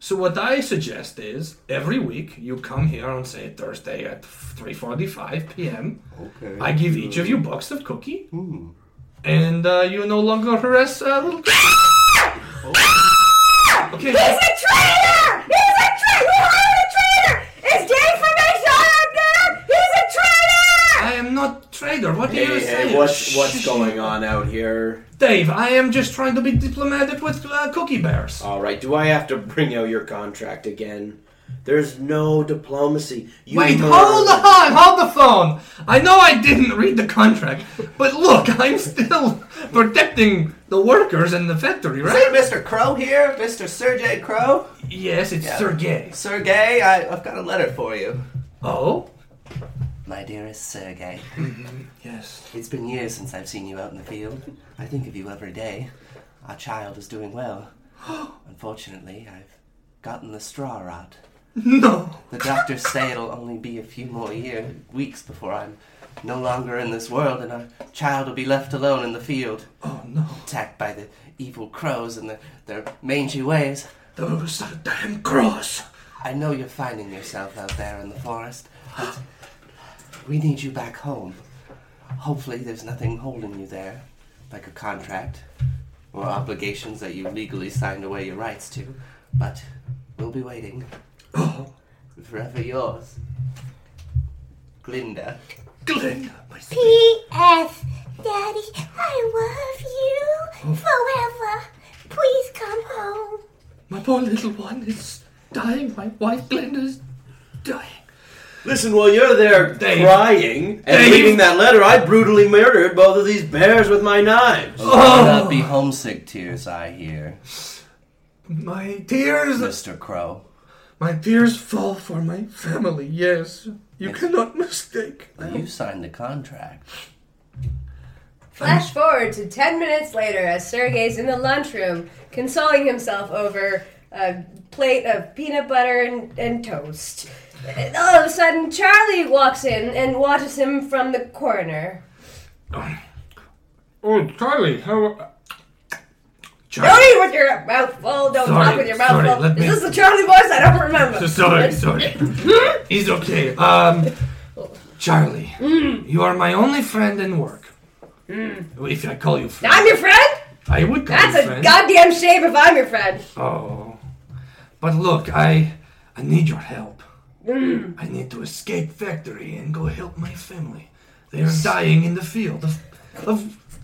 Speaker 6: So what I suggest is every week you come here on say Thursday at 3:45 p.m.
Speaker 5: okay.
Speaker 6: I give each of you a box of cookie,
Speaker 1: Hmm.
Speaker 6: and uh, you no longer harass uh, little. okay.
Speaker 4: He's a traitor! He's a traitor! We hired a traitor! Is Dave from HR up there? He's a traitor!
Speaker 6: I am not traitor. What are
Speaker 7: Hey,
Speaker 6: you saying?
Speaker 7: hey, what's
Speaker 6: Shh.
Speaker 7: what's going on out here?
Speaker 6: Dave, I am just trying to be diplomatic with uh, cookie bears.
Speaker 7: All right, do I have to bring out your contract again? There's no diplomacy. You
Speaker 6: Wait,
Speaker 7: murdered-
Speaker 6: hold on, hold the phone. I know I didn't read the contract, but look, I'm still protecting the workers and the factory,
Speaker 1: Is
Speaker 6: right?
Speaker 1: that Mr. Crow here? Mr. Sergey Crow?
Speaker 6: Yes, it's
Speaker 1: Yeah.
Speaker 6: Sergey.
Speaker 1: Sergey, I, I've got a letter for you.
Speaker 6: Oh,
Speaker 1: My dearest Sergey,
Speaker 6: yes.
Speaker 1: it's been years since I've seen you out in the field. I think of you every day. Our child is doing well. Unfortunately, I've gotten the straw rot.
Speaker 6: No.
Speaker 1: The doctors say it'll only be a few more year, weeks before I'm no longer in this world and our child will be left alone in the field,
Speaker 6: Oh no.
Speaker 1: attacked by the evil crows and the, their mangy ways.
Speaker 6: Those are damn cross.
Speaker 1: I know you're finding yourself out there in the forest, but We need you back home. Hopefully, there's nothing holding you there, like a contract or obligations that you legally signed away your rights to. But we'll be waiting. Forever yours, Glinda.
Speaker 8: P.S. Daddy, I love you forever. Please come home.
Speaker 6: My poor little one is dying. My wife Glenda's dying.
Speaker 9: Listen, while you're there crying and
Speaker 6: Dave.
Speaker 9: reading that letter, I brutally murdered both of these bears with my knives.
Speaker 1: Oh. be homesick tears, I hear,
Speaker 6: My tears,
Speaker 1: Mr. Crow.
Speaker 6: my tears fall for my family. Yes, you cannot mistake.
Speaker 1: You signed the contract.
Speaker 4: Flash forward to 10 minutes later as Sergei's in the lunchroom consoling himself over a plate of peanut butter and, and toast. And all of a sudden, Charlie walks in and watches him from the corner.
Speaker 6: Oh, Charlie, how?
Speaker 4: Don't
Speaker 6: Charlie,
Speaker 4: eat with your mouth full, don't talk
Speaker 6: Sorry,
Speaker 4: with your mouth
Speaker 6: sorry,
Speaker 4: full.
Speaker 6: let
Speaker 4: Is
Speaker 6: me-
Speaker 4: this the Charlie voice? I don't remember.
Speaker 6: sorry, sorry. It's okay. Um, Charlie, you are my only friend in work. Mm. If I call you friend,
Speaker 4: I'm your friend?
Speaker 6: I would call
Speaker 4: That's
Speaker 6: you
Speaker 4: a
Speaker 6: friend.
Speaker 4: goddamn shame if I'm your friend.
Speaker 6: Oh, but look, I, I need your help.
Speaker 4: Mm.
Speaker 6: I need to escape factory and go help my family. They are dying in the field of, of.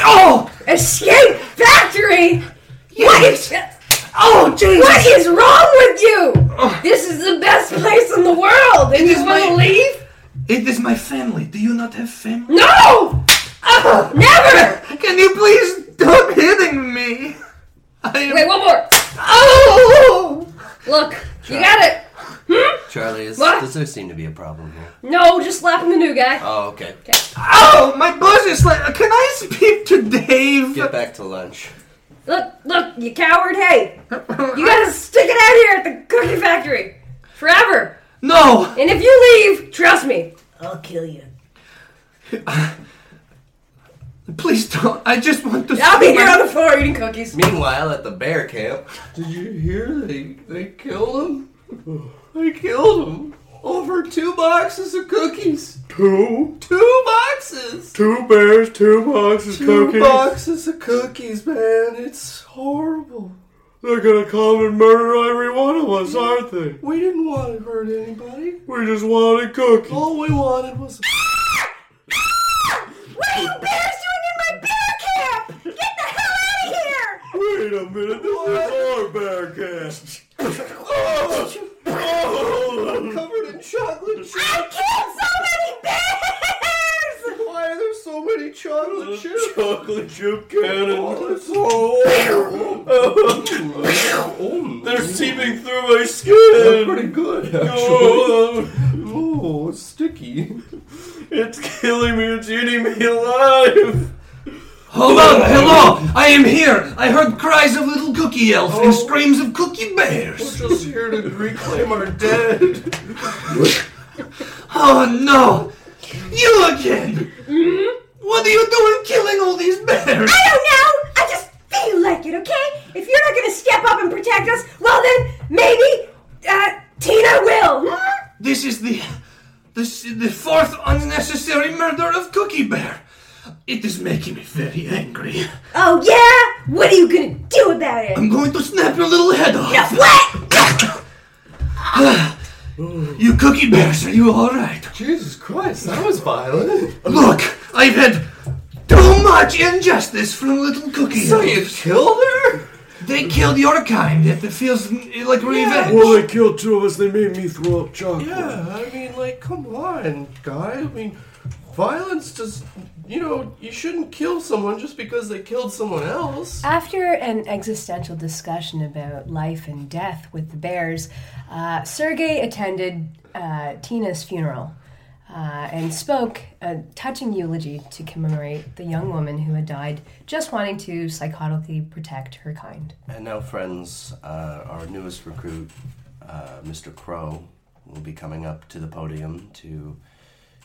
Speaker 6: Oh,
Speaker 4: Escape Factory!
Speaker 6: Yes.
Speaker 4: What?
Speaker 6: oh, Jesus!
Speaker 4: What is wrong with you? This is the best place in the world, and you
Speaker 6: Oh. is
Speaker 4: want to
Speaker 6: my-
Speaker 4: leave?
Speaker 6: It is my family. Do you not have family?
Speaker 4: No! Uh, Never!
Speaker 6: Can you please stop hitting me? I am.
Speaker 4: Wait, one more.
Speaker 6: Oh!
Speaker 4: Look, you got it.
Speaker 1: Charlie, is,
Speaker 4: What?
Speaker 1: does there seem to be a problem here?
Speaker 4: No, just slapping the new guy.
Speaker 1: Oh, okay.
Speaker 6: Oh, my boss is like. Can I speak to Dave?
Speaker 1: Get back to lunch.
Speaker 4: Look, look, you coward. Hey, you gotta stick it out here at the cookie factory forever.
Speaker 6: No.
Speaker 4: And if you leave, trust me, I'll kill you.
Speaker 6: Please don't. I just want to.
Speaker 4: I'll be here on the floor eating cookies.
Speaker 1: Meanwhile, at the bear camp, did you hear they they killed him? They killed him over two boxes of cookies. Two, two boxes,
Speaker 10: Two bears, two boxes of
Speaker 1: two
Speaker 10: cookies.
Speaker 1: boxes of cookies, man. It's horrible.
Speaker 10: They're gonna come and murder every one of us, aren't they?
Speaker 1: We didn't want to hurt anybody.
Speaker 10: We just wanted cookies.
Speaker 1: All we wanted was
Speaker 8: What are you bears doing in my bear camp? Get the hell out of here!
Speaker 10: Wait a minute, this is our bear cast. oh, oh,
Speaker 1: covered in chocolate.
Speaker 8: I killed so many bears!
Speaker 1: Why are there so many chocolate chips? Oh,
Speaker 10: chocolate chip cannon.
Speaker 1: It's horrible.
Speaker 10: They're seeping through my skin.
Speaker 1: They're pretty good, actually.
Speaker 10: Oh,
Speaker 1: Oh, it's sticky.
Speaker 10: it's killing me. It's eating me alive.
Speaker 6: Hold on, hello! I am here! I heard cries of little cookie elf and screams of cookie bears!
Speaker 1: Just here to reclaim our dead.
Speaker 6: Oh no! You again!
Speaker 4: Mm-hmm.
Speaker 6: What are you doing killing all these bears?
Speaker 4: I don't know. I just feel like it. Okay, if you're not gonna step up and protect us, well then maybe uh, Tina will. Hmm?
Speaker 6: This is the. This is the fourth unnecessary murder of Cookie Bear! It is making me very angry.
Speaker 4: Oh yeah? What are you gonna do about it?
Speaker 6: I'm going to snap your little head off!
Speaker 4: What?
Speaker 6: You Cookie Bears, are you alright?
Speaker 1: Jesus Christ, that was violent.
Speaker 6: Look, I've had too much injustice from little Cookie
Speaker 1: So
Speaker 6: Elf.
Speaker 1: you killed her?
Speaker 6: They killed your kind. It feels like revenge.
Speaker 10: Well, Oh, they killed two of us. They made me throw up chocolate.
Speaker 1: I mean, like, come on, guy. I mean, violence just. You know, you shouldn't kill someone just because they killed someone else.
Speaker 4: After an existential discussion about life and death with the bears, uh, Sergey attended uh, Tina's funeral uh, and spoke a touching eulogy to commemorate the young woman who had died just wanting to psychotically protect her kind.
Speaker 1: And now, friends, uh, our newest recruit, uh, Mr. Crow, will be coming up to the podium to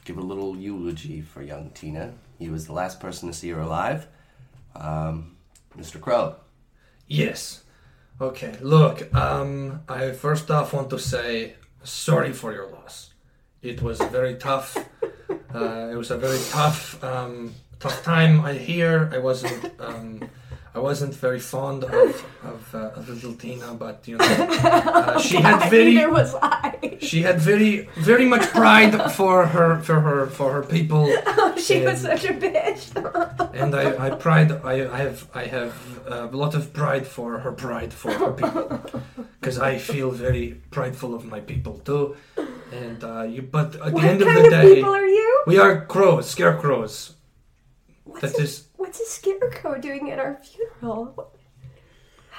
Speaker 1: give a little eulogy for young Tina. He was the last person to see her alive. Um, Mr. Crow.
Speaker 6: Yes. Okay. Look, um, I first off want to say sorry for your loss. It was very tough. Uh, it was a very tough, um, tough time. I hear I wasn't, um, I wasn't very fond of of, uh, of little Tina, but you know, uh, she had very,
Speaker 4: Neither was I.
Speaker 6: she had very, very much pride for her, for her, for her people.
Speaker 4: Oh, she was
Speaker 6: And-
Speaker 4: such a bitch.
Speaker 6: and I, I pride I, I have I have uh, a lot of pride for her pride for her people because I feel very prideful of my people too and uh, you but at
Speaker 4: What
Speaker 6: the end
Speaker 4: kind
Speaker 6: of the day
Speaker 4: people are you?
Speaker 6: we are crows scarecrows
Speaker 4: What's
Speaker 6: that
Speaker 4: a,
Speaker 6: is
Speaker 4: what's a scarecrow doing at our funeral? What-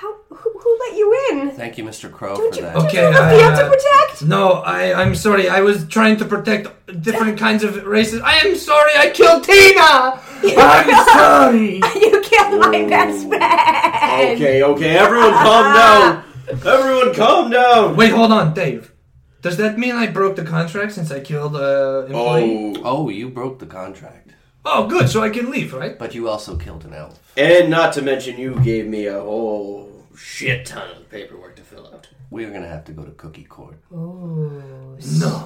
Speaker 4: How? Who, who let you in?
Speaker 1: Thank you, Mr. Crow,
Speaker 4: Don't
Speaker 1: for
Speaker 4: you,
Speaker 1: that.
Speaker 4: don't
Speaker 6: Okay,
Speaker 4: you have you have
Speaker 6: uh,
Speaker 4: to protect?
Speaker 6: no I I'm sorry I was trying to protect different kinds of races I am sorry I killed Tina I'm sorry
Speaker 4: You killed my best friend.
Speaker 9: Okay, okay, everyone calm down. Everyone calm down.
Speaker 6: wait hold on Dave does that mean I broke the contract since I killed uh, employee
Speaker 9: Oh,
Speaker 1: Oh, you broke the contract,
Speaker 6: oh good so I can leave right
Speaker 1: but you also killed an elf,
Speaker 9: and not to mention you gave me a whole shit ton of paperwork to fill out.
Speaker 1: we're gonna have to go to cookie court.
Speaker 6: Oh, No.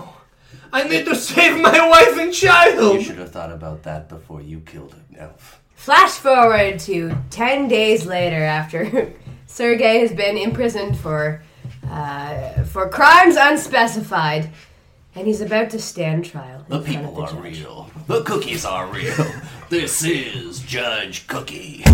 Speaker 6: I need to save my wife and
Speaker 1: You
Speaker 6: child!
Speaker 1: should have thought about that before you killed an elf.
Speaker 4: Flash forward to 10 days later after Sergei has been imprisoned for uh, for crimes unspecified and he's about to stand trial.
Speaker 1: The
Speaker 4: in front of
Speaker 1: people are
Speaker 4: judge.
Speaker 1: real. The cookies are real. this is Judge Cookie.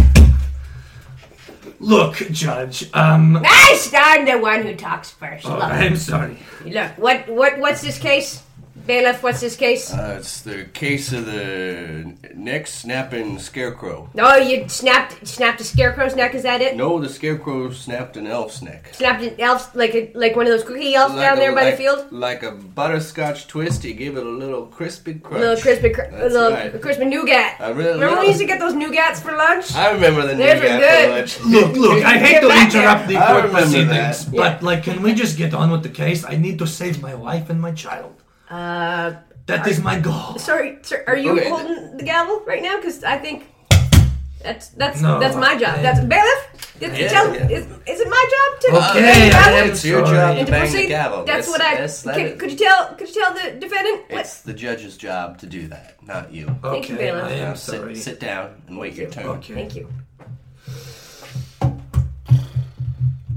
Speaker 6: Look, Judge, um.
Speaker 4: Nice! I'm the one who talks first.
Speaker 6: oh,
Speaker 4: Look,
Speaker 6: I'm sorry.
Speaker 4: look, what what what's this case? Bailiff, what's this case?
Speaker 1: Uh, it's the case of the neck snapping scarecrow.
Speaker 4: oh, you snapped snapped a scarecrow's neck, is that it?
Speaker 1: No, the scarecrow snapped an elf's neck.
Speaker 4: Snapped an elf like a, like one of those cookie elves down
Speaker 1: a-
Speaker 4: there by the field?
Speaker 1: Like a butterscotch twist, he gave it a little crispy crunch.
Speaker 4: Little crispy, cr-
Speaker 1: That's
Speaker 4: little
Speaker 1: right.
Speaker 4: crispy nougat.
Speaker 1: I really
Speaker 4: Remember when
Speaker 1: love-
Speaker 4: we used to get those nougats for lunch?
Speaker 1: I remember the
Speaker 4: Those
Speaker 1: name
Speaker 4: are
Speaker 1: after lunch.
Speaker 6: Look, look, I hate to
Speaker 4: Get back
Speaker 6: interrupt the
Speaker 1: there. I
Speaker 6: court
Speaker 1: remember
Speaker 6: proceedings,
Speaker 1: that.
Speaker 6: but, like, can we just get on with the case? I need to save my wife and my child.
Speaker 4: Uh,
Speaker 6: That is my goal.
Speaker 4: Sorry, sir, are you
Speaker 1: Okay.
Speaker 4: holding the gavel right now? Because I think that's that's
Speaker 6: No,
Speaker 4: that's my job.
Speaker 6: I-
Speaker 4: That's bailiff. It's,
Speaker 1: Yeah,
Speaker 4: tell-
Speaker 1: yeah.
Speaker 4: Is, is it my job to
Speaker 6: Okay,
Speaker 4: to
Speaker 6: I
Speaker 4: bang
Speaker 6: am
Speaker 1: It's your job
Speaker 4: the
Speaker 1: to
Speaker 6: sorry.
Speaker 4: gavel?
Speaker 1: bang
Speaker 4: proceed?
Speaker 1: the gavel.
Speaker 4: That's
Speaker 1: Yes,
Speaker 4: what I.
Speaker 1: yes, that
Speaker 4: can,
Speaker 1: is.
Speaker 4: Could you tell? Could you tell the defendant? What?
Speaker 1: It's the judge's job to do that, not you.
Speaker 4: Thank you,
Speaker 6: Okay,
Speaker 4: Bailiff.
Speaker 6: I
Speaker 1: Now
Speaker 6: am
Speaker 1: sit,
Speaker 6: sorry.
Speaker 1: sit down and wait your turn.
Speaker 6: Okay.
Speaker 4: Thank you.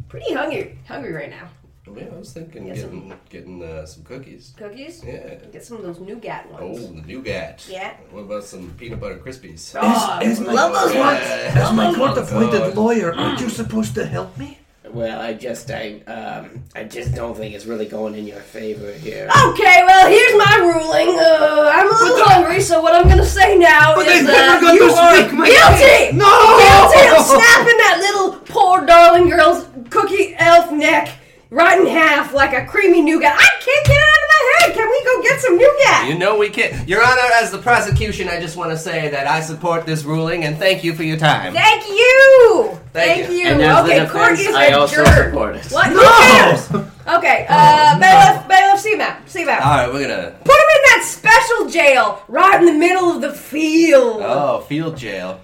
Speaker 4: Pretty hungry, hungry right now.
Speaker 1: Oh, Yeah, I was thinking
Speaker 4: Yes,
Speaker 1: getting getting uh, some cookies.
Speaker 4: Cookies.
Speaker 1: Yeah.
Speaker 4: Get some of those nougat
Speaker 1: Oh,
Speaker 4: ones.
Speaker 1: the nougat.
Speaker 4: Yeah.
Speaker 1: What about some peanut butter crispies?
Speaker 4: Oh,
Speaker 6: As, as my,
Speaker 4: love those
Speaker 1: Yeah.
Speaker 4: ones.
Speaker 6: as my court appointed
Speaker 1: God.
Speaker 6: lawyer, aren't you supposed to help me?
Speaker 3: Well, I just I um I just don't think it's really going in your favor here.
Speaker 4: Okay, well, here's my ruling. Uh, I'm a little hungry, so what I'm gonna say now
Speaker 6: But I
Speaker 4: is
Speaker 6: never
Speaker 4: that
Speaker 6: got
Speaker 4: you
Speaker 6: to
Speaker 4: are
Speaker 6: speak my
Speaker 4: guilty.
Speaker 6: case. No!
Speaker 4: guilty of snapping that little poor darling girl's cookie elf neck right in half like a creamy nougat. I can't get it out of my head. Can we go get some nougat?
Speaker 1: You know we can't. Your Honor, as the prosecution, I just want to say that I support this ruling and thank you for your time.
Speaker 4: Thank you.
Speaker 1: Thank you.
Speaker 3: And as the
Speaker 4: okay, court
Speaker 3: defense,
Speaker 4: is
Speaker 3: I also
Speaker 4: adjourned.
Speaker 3: support it. Oh,
Speaker 4: What? Who cares? Okay, uh, bailiff, bailiff, see map, see map.
Speaker 1: All right, we're gonna.
Speaker 4: Put him in that special jail right in the middle of the field.
Speaker 1: Oh, field jail.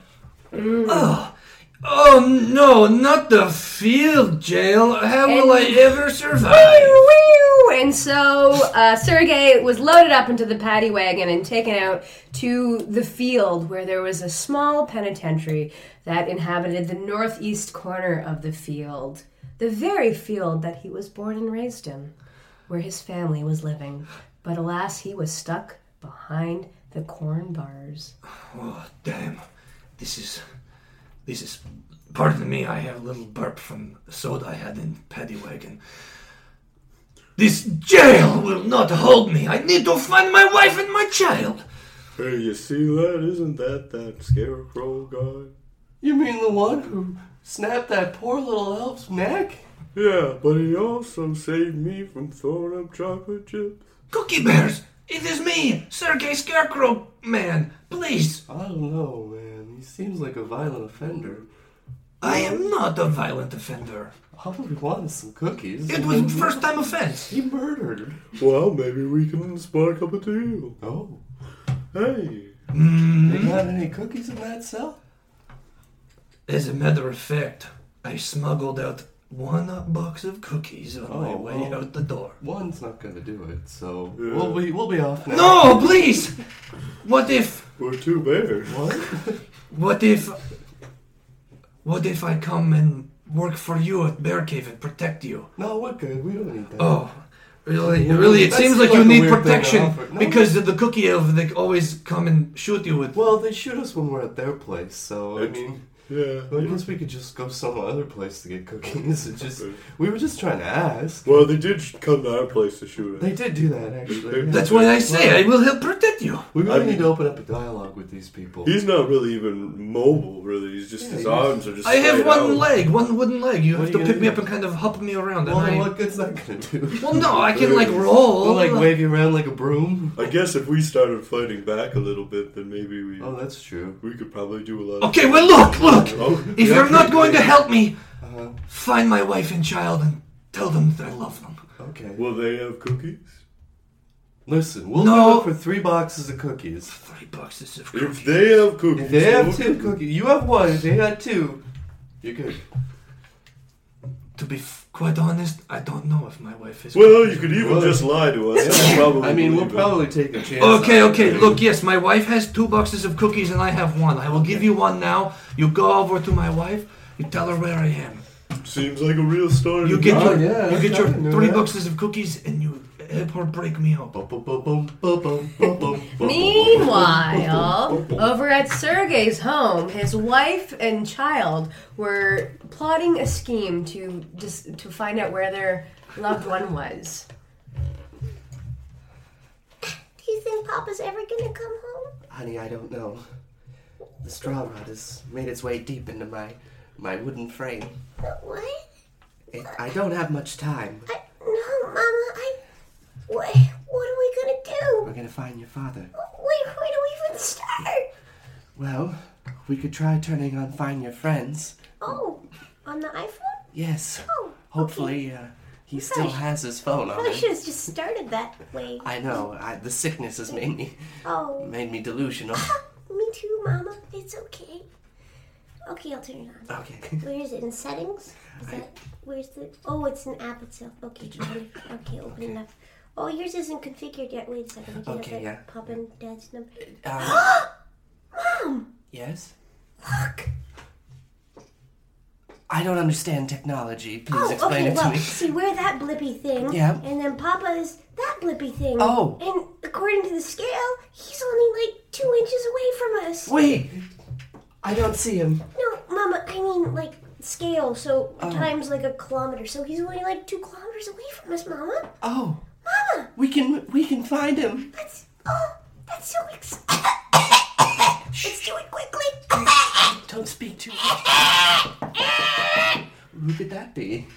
Speaker 6: Oh no, not the field jail. How will I
Speaker 4: And-
Speaker 6: ever survive?
Speaker 4: Wee-oo, And so uh, Sergey was loaded up into the paddy wagon and taken out to the field where there was a small penitentiary that inhabited the northeast corner of the field, the very field that he was born and raised in, where his family was living. But alas, he was stuck behind the corn bars.
Speaker 6: Oh damn. This is this is pardon me, I had a little burp from soda I had in paddy wagon. This jail will not hold me. I need to find my wife and my child.
Speaker 10: Hey, you see that? Isn't that that scarecrow guy?
Speaker 1: You mean the one who snapped that poor little elf's neck?
Speaker 10: Yeah, but he also saved me from throwing up chocolate chips.
Speaker 6: Cookie bears, it is me, Sergey Scarecrow Man. Please,
Speaker 1: I don't know, man. He seems like a violent offender.
Speaker 6: I am not a violent offender.
Speaker 1: All we want is some cookies.
Speaker 6: It was first time offense.
Speaker 1: He murdered.
Speaker 10: Well, maybe we can spark up a deal.
Speaker 1: Oh.
Speaker 10: Hey,
Speaker 6: Mm,
Speaker 1: You got any cookies in that cell?
Speaker 6: As a matter of fact, I smuggled out one uh, box of cookies on my
Speaker 5: Oh,
Speaker 6: way
Speaker 5: well.
Speaker 6: out the door.
Speaker 5: One's not gonna do it, so we'll be we'll be off now.
Speaker 6: No, please. What if?
Speaker 10: We're two bears.
Speaker 6: What if? What if I come and work for you at Bear Cave and protect you?
Speaker 5: No, we're good. We don't need that.
Speaker 6: Oh, really?
Speaker 5: Well,
Speaker 6: really? It
Speaker 5: that's
Speaker 6: seems like,
Speaker 5: like
Speaker 6: you
Speaker 5: a
Speaker 6: need
Speaker 5: weird thing to
Speaker 6: protection
Speaker 5: offer. No.
Speaker 6: because the cookie elf they always come and shoot you with.
Speaker 5: Well, they shoot us when we're at their place, so I mean,
Speaker 10: Yeah.
Speaker 5: I guess we could just go some other place to get cookies. It just we were just trying to ask.
Speaker 10: Well, they did sh- come to our place to shoot us.
Speaker 5: They did do that actually. yeah.
Speaker 6: That's what I say. I will help protect you.
Speaker 5: we really
Speaker 10: I
Speaker 5: need to open up a dialogue with these people.
Speaker 10: He's not really even mobile, really. He's just
Speaker 5: Yeah,
Speaker 10: his
Speaker 5: he's-
Speaker 10: arms are just.
Speaker 6: I have
Speaker 10: straight
Speaker 6: one
Speaker 10: out.
Speaker 6: leg, one wooden leg. You
Speaker 5: What
Speaker 6: have
Speaker 5: are
Speaker 6: to
Speaker 5: you
Speaker 6: pick
Speaker 5: gonna
Speaker 6: me
Speaker 5: do?
Speaker 6: up and kind of hop me around. And
Speaker 5: Well, then
Speaker 6: I,
Speaker 5: what good's that gonna do?
Speaker 6: well, no, I can like roll.
Speaker 5: They'll, like wave you around like a broom.
Speaker 10: I guess if we started fighting back a little bit, then maybe we
Speaker 5: Oh, that's true.
Speaker 10: we could probably do a lot. Of
Speaker 6: okay, well, look, look.
Speaker 10: Oh,
Speaker 6: If you're not going to help me,
Speaker 5: Uh,
Speaker 6: find my wife and child and tell them that I love them.
Speaker 5: okay.
Speaker 10: will they have cookies?
Speaker 5: Listen, we'll
Speaker 6: No.
Speaker 5: go look for three boxes of cookies.
Speaker 6: Three boxes of
Speaker 10: If
Speaker 6: cookies.
Speaker 10: they have
Speaker 5: If
Speaker 10: cookies,
Speaker 5: they have
Speaker 10: okay.
Speaker 5: two cookies, you have one. If they had two, you're good.
Speaker 6: To be f- quite honest, I don't know if my wife is.
Speaker 10: Well, you could even
Speaker 5: Well-
Speaker 10: just lie to us. We'll probably
Speaker 5: I mean, we'll
Speaker 10: believe it.
Speaker 5: probably take a chance.
Speaker 6: Okay,
Speaker 5: on it.
Speaker 6: okay. Look, yes, my wife has two boxes of cookies and I have one. I will give you one now. You go over to my wife. You tell her where I am.
Speaker 10: Seems like a real story.
Speaker 6: You
Speaker 10: to
Speaker 6: get
Speaker 10: me.
Speaker 5: Oh,
Speaker 6: your
Speaker 5: yeah,
Speaker 6: you
Speaker 5: okay,
Speaker 6: get your
Speaker 5: I knew
Speaker 6: three
Speaker 5: that.
Speaker 6: boxes of cookies and you help her break me up.
Speaker 5: Bum, bum, bum, bum, bum, bum, bum, bum, bum.
Speaker 4: Meanwhile, over at Sergey's home, his wife and child were plotting a scheme to just to find out where their loved one was.
Speaker 8: Do you think Papa's ever gonna come home?
Speaker 5: Honey, I don't know. The straw rod has made its way deep into my my wooden frame.
Speaker 8: But what?
Speaker 5: It, I don't have much time.
Speaker 8: I no, Mama. I what? What are we gonna do?
Speaker 5: We're gonna find your father.
Speaker 8: Wait, where do we even start?
Speaker 5: Well, we could try turning on Find Your Friends.
Speaker 8: Oh, on the iPhone?
Speaker 5: Yes.
Speaker 8: Oh,
Speaker 5: Hopefully, uh, he still has his phone on
Speaker 8: probably
Speaker 5: him.
Speaker 8: should have just started that way.
Speaker 5: I know. I, the sickness has made me
Speaker 8: Oh,
Speaker 5: made me delusional.
Speaker 8: me too, Mama. It's okay. Okay, I'll turn it on.
Speaker 5: Okay.
Speaker 8: Where is it? In settings? Is that where's the? Oh, it's in app itself. Okay, Johnny. Okay, open it up. Oh, yours isn't configured yet. Wait a second. I do have
Speaker 5: Okay,
Speaker 8: that
Speaker 5: yeah.
Speaker 8: Pop in dad's number.
Speaker 5: Um,
Speaker 8: Mom,
Speaker 5: yes.
Speaker 8: look.
Speaker 5: I don't understand technology. Please
Speaker 8: Oh,
Speaker 5: explain
Speaker 8: okay.
Speaker 5: it to
Speaker 8: Well,
Speaker 5: me.
Speaker 8: see, we're that blippy thing.
Speaker 5: Yeah.
Speaker 8: And then Papa is that blippy thing.
Speaker 5: Oh.
Speaker 8: And according to the scale, he's only like two inches away from us.
Speaker 5: Wait. I don't see him.
Speaker 8: No, Mama. I mean, like scale. So
Speaker 5: Oh.
Speaker 8: times like a kilometer. So he's only like two kilometers away from us, Mama.
Speaker 5: Oh,
Speaker 8: Mama.
Speaker 5: we can we can find him.
Speaker 8: That's oh, that's so exciting. Let's do it quickly.
Speaker 5: Don't speak too much. Who could that be?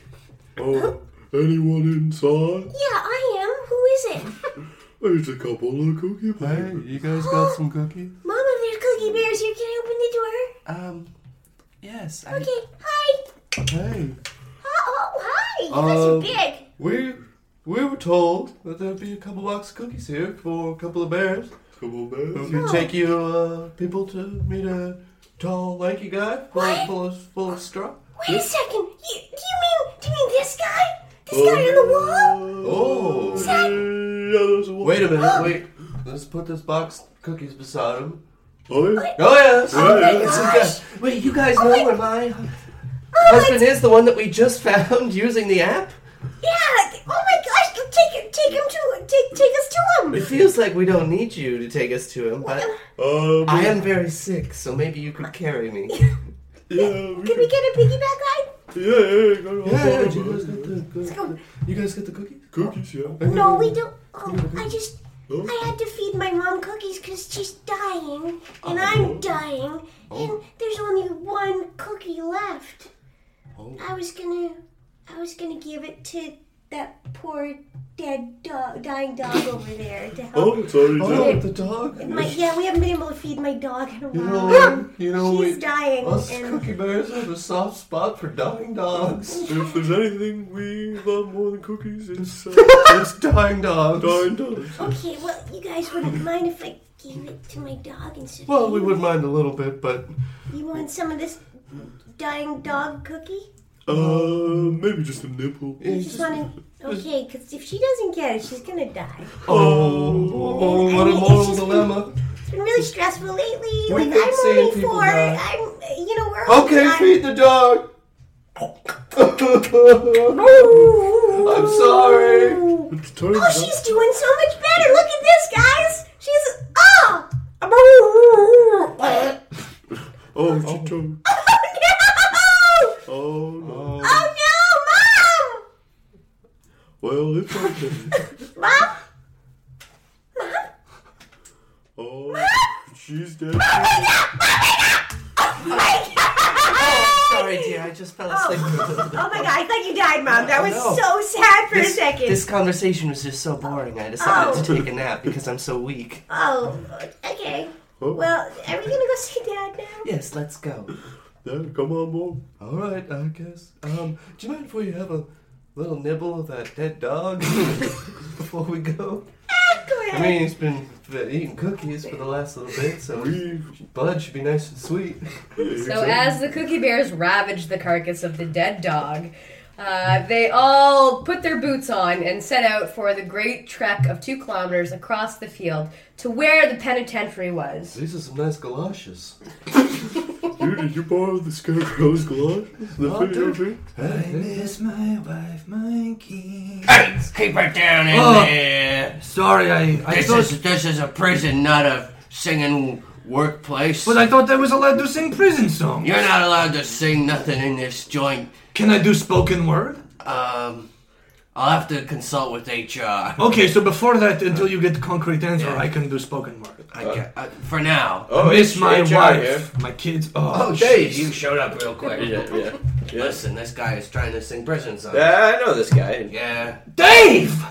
Speaker 10: Oh, anyone inside?
Speaker 8: yeah, I am. Who is it?
Speaker 10: There's a couple of cookie papers.
Speaker 5: you guys got some cookies?
Speaker 8: Mama, there's cookie bears here. Can I open the door?
Speaker 5: Um, yes. I,
Speaker 8: Okay. Hi.
Speaker 5: Hey,
Speaker 8: Oh, hi. You guys are
Speaker 5: Um,
Speaker 8: big.
Speaker 5: we we were told that there'd be a couple box of cookies here for a couple of bears
Speaker 10: Couple
Speaker 5: who
Speaker 10: bears.
Speaker 5: could take you uh, people to meet a tall, lanky guy full, full of full of straw.
Speaker 8: Wait a second. You, do you mean do you mean this guy? This guy on the wall?
Speaker 5: Oh.
Speaker 8: Is that?
Speaker 10: Yeah, there's a wall.
Speaker 5: Wait a minute. Wait. Let's put this box of cookies beside him.
Speaker 10: Oh, yeah.
Speaker 5: Oh yes.
Speaker 10: Oh, my
Speaker 5: It's a
Speaker 8: gosh.
Speaker 5: guy. Wait, you guys
Speaker 8: Oh,
Speaker 5: know
Speaker 8: my-
Speaker 5: where my husband is? The one that we just found using the app.
Speaker 8: Yeah. Oh my gosh. Take take him to take take us to him.
Speaker 5: It feels like we don't need you to take us to him, but
Speaker 10: Um,
Speaker 5: I am very sick, so maybe you could carry me.
Speaker 10: yeah, we
Speaker 8: Can we get a piggyback ride?
Speaker 10: yeah, yeah, yeah, go- go- go-
Speaker 8: go.
Speaker 5: you guys got the cookies?
Speaker 10: Cookies, yeah.
Speaker 8: No, we don't. Oh, I just.
Speaker 10: Oh.
Speaker 8: I had to feed my mom cookies because she's dying, and
Speaker 5: Oh.
Speaker 8: I'm dying, and there's only one cookie left.
Speaker 5: Oh.
Speaker 8: I was gonna, I was gonna give it to that poor dead dog, dying dog over there to help.
Speaker 10: Oh, it's already
Speaker 5: Oh,
Speaker 10: done.
Speaker 5: the dog.
Speaker 8: My, yeah, we haven't been able to feed my dog in a
Speaker 5: You
Speaker 8: while.
Speaker 5: know, you know,
Speaker 8: She's
Speaker 5: we,
Speaker 8: dying,
Speaker 5: us
Speaker 8: and
Speaker 5: cookie bears have a soft spot for dying dogs.
Speaker 10: If there's anything we love more than cookies, it's uh,
Speaker 5: it's dying dogs.
Speaker 10: darn dogs.
Speaker 8: okay, well, you guys wouldn't mind if I gave it to my dog instead. of
Speaker 5: Well, we
Speaker 8: you?
Speaker 5: would mind a little bit, but
Speaker 8: You want some of this dying dog cookie?
Speaker 10: Uh, maybe just a nipple.
Speaker 8: I just want to. Okay, because if she doesn't get it, she's gonna die.
Speaker 1: Oh, what a moral dilemma.
Speaker 8: It's been really stressful lately.
Speaker 1: We
Speaker 8: like
Speaker 1: hate
Speaker 8: I'm
Speaker 1: seeing
Speaker 8: only
Speaker 1: people
Speaker 8: four.
Speaker 1: die.
Speaker 8: I'm, you know, we're all
Speaker 1: Okay,
Speaker 8: not-
Speaker 1: feed the dog. I'm sorry.
Speaker 8: Oh, she's doing so much better. Look at this, guys. She's oh.
Speaker 10: Oh, she told.
Speaker 8: Oh no!
Speaker 10: Oh no.
Speaker 8: Oh no,
Speaker 10: Well, it's okay.
Speaker 8: mom! Mom!
Speaker 10: Oh, she's dead.
Speaker 1: Oh,
Speaker 2: Sorry, dear, I just fell asleep.
Speaker 8: Oh my god, I thought you died, mom. That was so sad for a second.
Speaker 1: This conversation was just so boring. I decided to take a nap because I'm so weak.
Speaker 8: Oh, okay.
Speaker 10: Oh,
Speaker 8: Well, are we gonna go see dad now?
Speaker 1: Yes, let's go.
Speaker 10: Yeah, come on, mom.
Speaker 1: All right, I guess. Um, do you mind if we have a little nibble of that dead dog before we go?
Speaker 8: Ah, Go
Speaker 1: I
Speaker 8: ahead.
Speaker 1: mean, he's been been eating cookies for the last little bit, so blood should be nice and sweet.
Speaker 4: So as the cookie bears ravage the carcass of the dead dog, uh, they all put their boots on and set out for the great trek of two kilometers across the field to where the penitentiary was.
Speaker 1: These are some nice galoshes.
Speaker 10: Dude, did you borrow the scarecrow's glove? The
Speaker 1: Oh,
Speaker 10: video
Speaker 1: dude.
Speaker 10: thing?
Speaker 6: I miss my wife, my king.
Speaker 1: Hey, keep her down in
Speaker 6: Oh.
Speaker 1: there.
Speaker 6: Sorry, I, I thought,
Speaker 1: this is a prison, not a singing workplace.
Speaker 6: but I thought I was allowed to sing prison songs.
Speaker 1: You're not allowed to sing nothing in this joint.
Speaker 6: Can I do spoken word?
Speaker 1: Um, I'll have to consult with HR.
Speaker 6: Okay, so before that, until you get concrete answer, I can do spoken word.
Speaker 1: I ca- uh, for now.
Speaker 3: Oh,
Speaker 6: miss
Speaker 3: it's
Speaker 6: my
Speaker 3: HR here.
Speaker 6: wife, my kids. Oh,
Speaker 1: jeez, you showed up real quick.
Speaker 3: Yeah, yeah.
Speaker 1: Listen, this guy is trying to sing prison songs.
Speaker 3: Yeah, I know this guy.
Speaker 1: Yeah,
Speaker 6: Dave,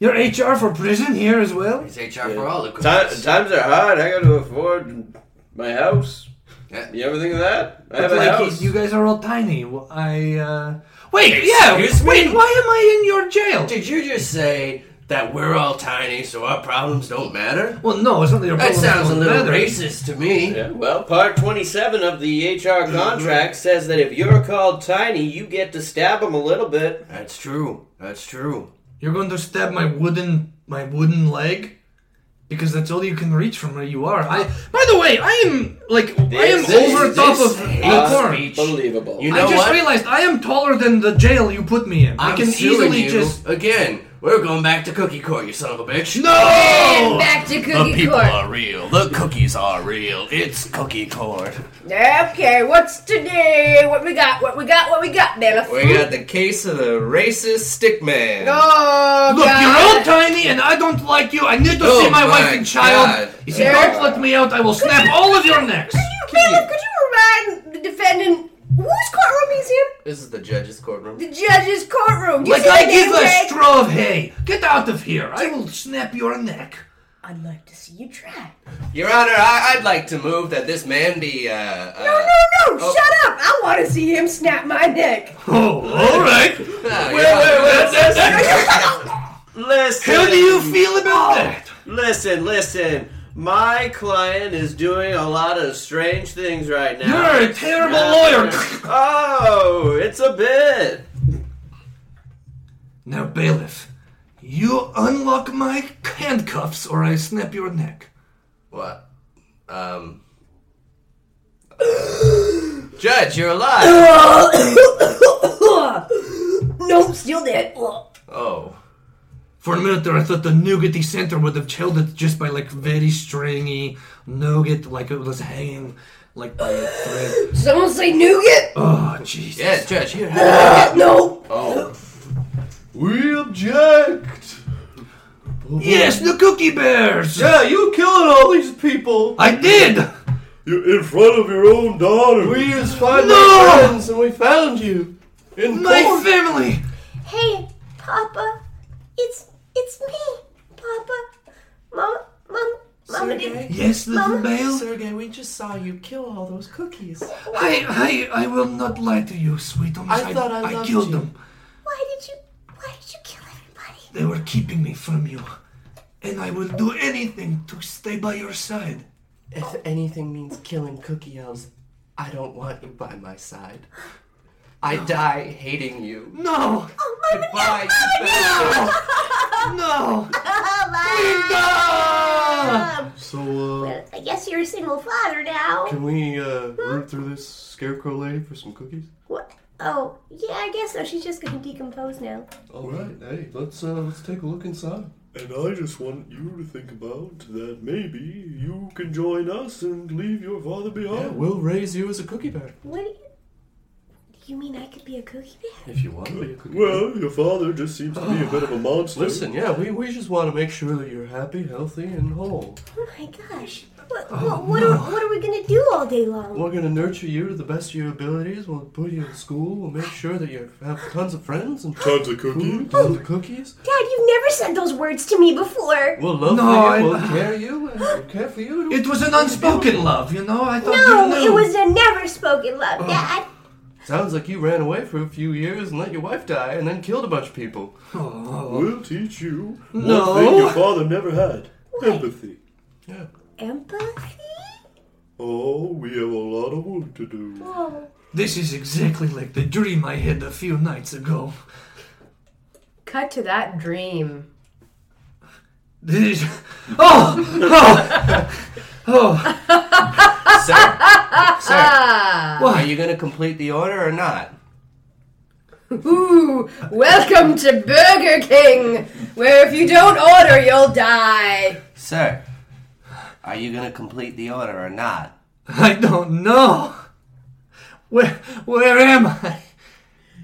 Speaker 6: your HR for prison here as well.
Speaker 1: he's HR for all the
Speaker 3: Ti-
Speaker 1: criminals.
Speaker 3: times are hard. I got to afford my house.
Speaker 1: Yeah.
Speaker 3: You ever think of that? I have
Speaker 6: But
Speaker 3: a
Speaker 6: like
Speaker 3: house.
Speaker 6: you guys are all tiny. Wh- I uh, wait, yeah,
Speaker 1: Excuse
Speaker 6: wait.
Speaker 1: me?
Speaker 6: Why am I in your jail?
Speaker 1: Did you just say that we're all tiny, so our problems don't matter?
Speaker 6: Well, no, it's not that your
Speaker 1: That
Speaker 6: problem.
Speaker 1: sounds a
Speaker 6: doesn't
Speaker 1: little
Speaker 6: matter.
Speaker 1: racist to me.
Speaker 3: Yeah, well, part 27 of the HR contract says that if you're called tiny, you get to stab him a little bit.
Speaker 1: That's true. That's true.
Speaker 6: You're going to stab my wooden my wooden leg because that's all you can reach from where you are. I by the way, I am like I am
Speaker 3: This-
Speaker 6: over
Speaker 1: this
Speaker 6: top of
Speaker 1: hate
Speaker 6: the corn.
Speaker 1: speech.
Speaker 3: Uh, Unbelievable.
Speaker 1: You
Speaker 6: I
Speaker 1: know
Speaker 6: just
Speaker 1: what?
Speaker 6: realized I am taller than the jail you put me in. i
Speaker 1: I'm
Speaker 6: can
Speaker 1: suing
Speaker 6: easily
Speaker 1: you.
Speaker 6: just
Speaker 1: again. We're going back to cookie court, you son of a bitch.
Speaker 4: And
Speaker 6: no.
Speaker 4: back to
Speaker 1: Oh! The
Speaker 4: cookie
Speaker 1: people
Speaker 4: court.
Speaker 1: are real. The cookies are real. It's cookie court.
Speaker 4: Okay, what's today? What we got? What we got? What we got, Bella?
Speaker 1: We got the case of the racist stick man.
Speaker 4: Oh,
Speaker 6: Look,
Speaker 4: God.
Speaker 6: you're all tiny and I don't like you. I need to
Speaker 1: Oh
Speaker 6: see my,
Speaker 1: my
Speaker 6: wife and child.
Speaker 1: God.
Speaker 6: If you don't let me out, I will snap all of your necks.
Speaker 4: Bella, could you remind the defendant whose courtroom he's in?
Speaker 1: This is the judge's courtroom.
Speaker 4: The judge's courtroom. You
Speaker 6: Like
Speaker 4: see
Speaker 6: I
Speaker 4: that
Speaker 6: give
Speaker 4: name
Speaker 6: a
Speaker 4: tag?
Speaker 6: straw of hay. Get out of here. I will snap your neck.
Speaker 4: I'd like to see you try.
Speaker 1: Your Honor, I- I'd like to move that this man be. Uh, uh,
Speaker 4: No, no, no! Oh. Shut up! I want to see him snap my neck.
Speaker 6: Oh, all right.
Speaker 1: uh,
Speaker 3: Wait, wait, wait. Listen. listen.
Speaker 6: How do you feel about that?
Speaker 3: Listen, listen. My client is doing a lot of strange things right now.
Speaker 6: You're a terrible lawyer.
Speaker 3: Oh, it's a bit.
Speaker 6: Now, bailiff, you unlock my handcuffs or I snap your neck.
Speaker 1: What? Um. Judge, you're alive!
Speaker 4: No, still dead.
Speaker 1: Oh.
Speaker 6: For a minute there, I thought the nougaty center would have chilled it just by like very stringy nougat, like it was hanging like by a thread.
Speaker 4: Someone say nougat?
Speaker 6: Oh, Jesus.
Speaker 1: Yeah, Judge, here. have
Speaker 4: No.
Speaker 10: We object!
Speaker 6: Yes, the cookie bears!
Speaker 10: Yeah, you killing all these people!
Speaker 6: I did!
Speaker 10: You're in front of your own daughter! We just find
Speaker 6: No!
Speaker 10: friends and we found you! In
Speaker 6: My
Speaker 10: court.
Speaker 6: family!
Speaker 8: Hey, Papa, it's it's me, Papa. Mom, Mom, Mama didn't.
Speaker 6: Yes, little
Speaker 8: Mama?
Speaker 6: male.
Speaker 1: Sergey, we just saw you kill all those cookies.
Speaker 6: I, I, I will not lie to you, sweetums.
Speaker 1: I thought I loved
Speaker 6: killed
Speaker 1: you.
Speaker 6: them.
Speaker 8: Why did you Why did you kill everybody?
Speaker 6: They were keeping me from you. And I will do anything to stay by your side.
Speaker 1: If anything means killing cookie elves, I don't want you by my side. I die hating you.
Speaker 2: No!
Speaker 1: Goodbye, you bastard.
Speaker 2: No!
Speaker 8: Um,
Speaker 10: So, uh,
Speaker 8: well, I guess you're a single father now.
Speaker 10: can we uh, root through this scarecrow lady for some cookies?
Speaker 8: What? Oh, yeah, I guess so. She's just gonna decompose now.
Speaker 10: All right, hey, let's uh, let's take a look inside. And I just want you to think about that maybe you can join us and leave your father behind.
Speaker 5: Yeah, we'll raise you as a cookie bear.
Speaker 8: What? Do you, do you mean I could be a cookie bear?
Speaker 1: If you want to be a cookie.
Speaker 10: Well, your father just seems to be a bit of a monster.
Speaker 1: Listen, yeah, we, we just want to make sure that you're happy, healthy, and whole.
Speaker 8: Oh my gosh. What?
Speaker 1: Oh,
Speaker 8: what, what, are, what are we gonna do all day long?
Speaker 1: We're gonna nurture you to the best of your abilities. We'll put you in school. We'll make sure that you have tons of friends and
Speaker 10: Tons of cookies.
Speaker 1: food, tons of cookies.
Speaker 8: Dad, you've never said those words to me before.
Speaker 1: We'll love
Speaker 6: No,
Speaker 1: you. We'll
Speaker 6: I-
Speaker 1: care you. And we'll care for you. and
Speaker 6: It was an unspoken love, you know? I thought
Speaker 8: No,
Speaker 6: you knew.
Speaker 8: it was a never spoken love, Dad.
Speaker 1: Sounds like you ran away for a few years and let your wife die, and then killed a bunch of people.
Speaker 10: We'll teach you
Speaker 1: No.
Speaker 10: one thing your father never had: empathy.
Speaker 8: Empathy?
Speaker 10: Oh, we have a lot of work to do.
Speaker 8: Whoa.
Speaker 6: This is exactly like the dream I had a few nights ago.
Speaker 4: Cut to that dream.
Speaker 6: This is. Oh! Oh!
Speaker 1: Sir, sir,
Speaker 4: Ah!
Speaker 1: are you gonna complete the order or not?
Speaker 4: Ooh! Welcome to Burger King, where if you don't order, you'll die.
Speaker 1: Sir, are you gonna complete the order or not?
Speaker 6: I don't know! Where, where am I?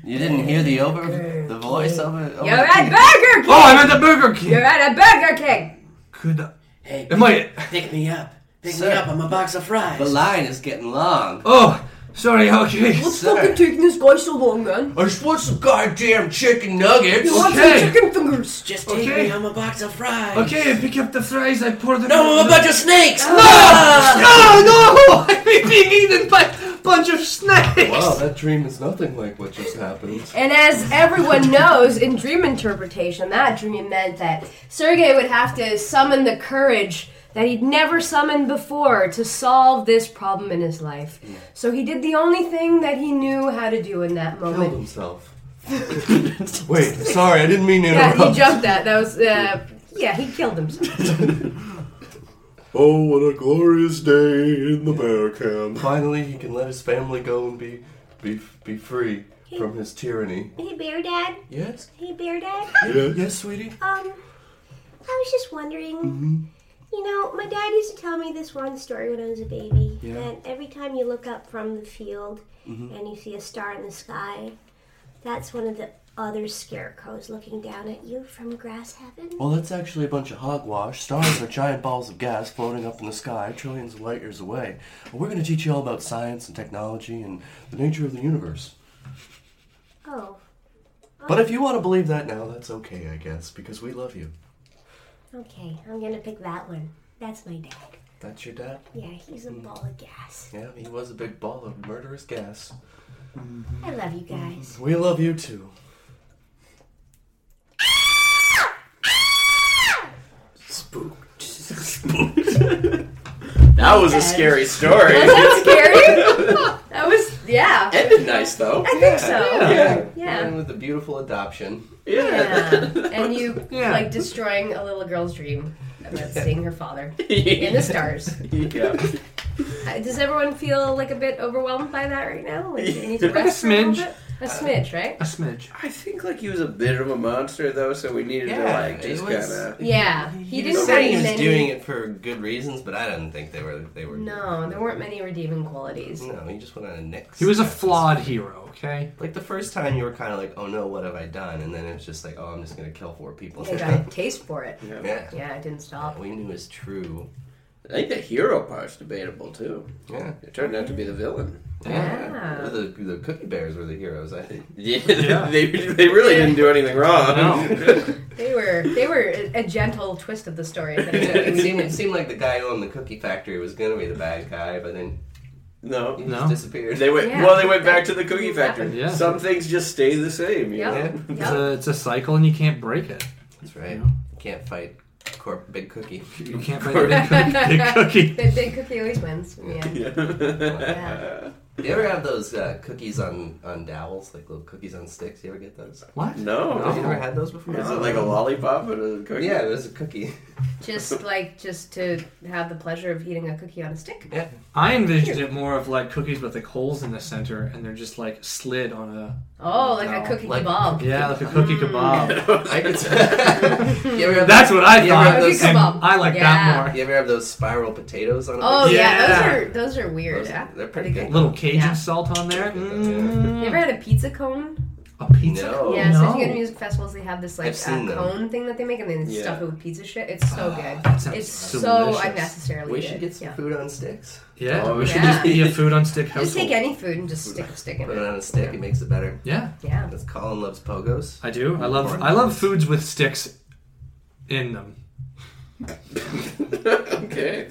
Speaker 1: You didn't hear the over the voice of it. Oh,
Speaker 4: You're at Burger King.
Speaker 6: Oh, I'm at the Burger King!
Speaker 4: You're at a Burger King.
Speaker 6: Could I.
Speaker 9: Hey,
Speaker 6: Am I.
Speaker 9: pick me up. Pick
Speaker 1: Sir.
Speaker 9: me up. I'm a box of fries.
Speaker 1: The line is getting long.
Speaker 6: Oh! Sorry, okay.
Speaker 4: What's
Speaker 1: Sir.
Speaker 4: fucking taking this guy so long, man?
Speaker 1: I just want some goddamn chicken nuggets.
Speaker 4: You want
Speaker 6: Okay.
Speaker 4: some chicken fingers?
Speaker 9: Just take
Speaker 6: Okay.
Speaker 9: me. I'm a box of fries.
Speaker 6: Okay, I pick up the fries, I pour them
Speaker 9: No, I'm a bunch of snakes.
Speaker 6: No! No, no! I'm being eaten by a bunch of snakes!
Speaker 10: Wow, that dream is nothing like what just happened.
Speaker 4: And as everyone knows, in dream interpretation, that dream meant that Sergei would have to summon the courage that he'd never summoned before to solve this problem in his life. So he did the only thing that he knew how to do in that
Speaker 10: Killed
Speaker 4: moment.
Speaker 10: himself.
Speaker 1: Wait, sorry, I didn't mean to
Speaker 4: Yeah, he
Speaker 1: interrupt.
Speaker 4: jumped that. That was, uh, yeah, he killed himself.
Speaker 10: Oh, what a glorious day in the bear camp.
Speaker 1: Finally, he can let his family go and be be be free from his tyranny.
Speaker 8: Hey, Bear Dad.
Speaker 1: Yes,
Speaker 8: Hey, Bear Dad.
Speaker 10: Yes.
Speaker 1: yes, sweetie.
Speaker 8: Um, I was just wondering. You know, my dad used to tell me this one story when I was a baby.
Speaker 1: Yeah.
Speaker 8: That every time you look up from the field and you see a star in the sky, that's one of the other scarecrows looking down at you from grass heaven.
Speaker 1: Well, that's actually a bunch of hogwash. Stars are giant balls of gas floating up in the sky, trillions of light years away. We're going to teach you all about science and technology and the nature of the universe.
Speaker 8: Oh,
Speaker 1: But if you want to believe that now, that's okay, I guess, because we love you.
Speaker 8: okay. I'm gonna pick that one. That's my dad.
Speaker 1: That's your dad.
Speaker 8: Yeah, he's a ball of gas.
Speaker 1: Yeah, he was a big ball of murderous gas.
Speaker 8: I love you guys.
Speaker 1: We love you too.
Speaker 3: That was a scary story.
Speaker 4: Was that scary? that was, yeah.
Speaker 3: Ended nice though.
Speaker 4: I think so.
Speaker 1: Yeah.
Speaker 4: Yeah.
Speaker 1: And with the beautiful adoption.
Speaker 4: Yeah. And you like destroying a little girl's dream about seeing her father in the stars.
Speaker 3: yeah.
Speaker 4: Uh, Does everyone feel like a bit overwhelmed by that right now? Like, you need to rest for a
Speaker 6: smidge.
Speaker 4: little bit? A smidge, right?
Speaker 6: A smidge.
Speaker 3: I think like he was a bit of a monster though, so we needed to
Speaker 1: Yeah,
Speaker 3: like just
Speaker 1: it was-
Speaker 3: kind of.
Speaker 4: Yeah. He didn't
Speaker 1: say he
Speaker 4: say
Speaker 1: was
Speaker 4: many.
Speaker 1: doing it for good reasons, but I didn't think they were. They
Speaker 8: Mm.
Speaker 1: were.
Speaker 4: No, there weren't many redeeming qualities.
Speaker 1: No, he just went on a next.
Speaker 6: He was a flawed hero, okay?
Speaker 1: Like the first time, you were kind of like, "Oh no, what have I done?" And then it's just like, "Oh, I'm just gonna kill four people."
Speaker 4: They got a taste for it.
Speaker 1: Yeah.
Speaker 4: Yeah, it didn't stop.
Speaker 1: We knew is true.
Speaker 3: I think the hero part's debatable too.
Speaker 1: Yeah.
Speaker 3: It turned out to be the villain.
Speaker 4: Yeah.
Speaker 1: The, the cookie bears were the heroes, I think.
Speaker 3: Yeah, they, they really didn't do anything wrong.
Speaker 4: They were they were a a gentle twist of the story. but it-
Speaker 1: it, seemed, it seemed like the guy who owned the cookie factory was going to be the bad guy, but then
Speaker 3: no.
Speaker 1: he
Speaker 6: No.
Speaker 1: just disappeared.
Speaker 3: They went
Speaker 4: Yeah.
Speaker 3: well. They went back to the cookie factory.
Speaker 6: Yeah.
Speaker 3: Some things just stay the same. You
Speaker 4: Yep.
Speaker 3: know?
Speaker 6: It's,
Speaker 4: Yep.
Speaker 6: a, it's a cycle and you can't break it.
Speaker 1: That's right. You can't fight corp- Big Cookie.
Speaker 6: You can't break a big cookie. Big cookie.
Speaker 4: The big cookie always wins. Yeah.
Speaker 3: Yeah.
Speaker 4: Yeah.
Speaker 1: You ever have those uh, cookies on, on dowels, like little cookies on sticks? You ever get those?
Speaker 2: What?
Speaker 3: No.
Speaker 1: Have you ever had those before?
Speaker 3: Is it like a lollipop or a cookie?
Speaker 1: Yeah, there's a cookie.
Speaker 4: Just like just to have the pleasure of eating a cookie on a stick.
Speaker 1: Yeah.
Speaker 11: I envisioned it more of like cookies with like holes in the center, and they're just like slid on a
Speaker 4: Oh, like
Speaker 1: No,
Speaker 4: a cookie
Speaker 1: like-
Speaker 4: kebab.
Speaker 11: yeah, like a cookie
Speaker 4: Mm.
Speaker 11: kebab.
Speaker 1: I could. you ever have
Speaker 11: That's what I
Speaker 1: You ever
Speaker 11: thought.
Speaker 1: have
Speaker 4: Cookie
Speaker 1: those,
Speaker 11: And
Speaker 4: kebab.
Speaker 11: I like
Speaker 4: Yeah.
Speaker 11: that
Speaker 1: you ever have those spiral potatoes on a
Speaker 4: Oh
Speaker 1: cookie?
Speaker 4: yeah.
Speaker 11: Yeah.
Speaker 4: those are those are weird.
Speaker 1: Those-
Speaker 4: Yeah.
Speaker 1: they're pretty
Speaker 4: Pretty
Speaker 11: more.
Speaker 1: good.
Speaker 11: Little Cajun
Speaker 4: Yeah.
Speaker 11: salt on there. Mm.
Speaker 1: Yeah.
Speaker 4: You ever had a pizza cone?
Speaker 11: A pizza.
Speaker 6: Oh,
Speaker 1: No.
Speaker 4: yeah, so if you go to
Speaker 11: no.
Speaker 4: music festivals, they have this like
Speaker 1: I've
Speaker 4: uh,
Speaker 1: seen them.
Speaker 4: cone thing that they make, and then
Speaker 3: Yeah.
Speaker 4: stuff it with pizza shit. It's so
Speaker 11: Ah,
Speaker 4: good.
Speaker 11: that sounds
Speaker 4: It's so,
Speaker 11: delicious.
Speaker 4: unnecessarily
Speaker 1: We
Speaker 4: good.
Speaker 1: should get some
Speaker 4: yeah.
Speaker 1: food on sticks.
Speaker 11: Yeah,
Speaker 3: Oh,
Speaker 11: we should
Speaker 4: yeah.
Speaker 11: just be a food on stick household.
Speaker 4: Just take any food and just stick a stick in
Speaker 1: Put it
Speaker 4: it.
Speaker 1: on a stick, it makes it better.
Speaker 11: yeah,
Speaker 4: Yeah.
Speaker 1: That's Colin loves pogos.
Speaker 11: I do. I love
Speaker 1: Corn.
Speaker 11: I love foods with sticks in them.
Speaker 3: okay.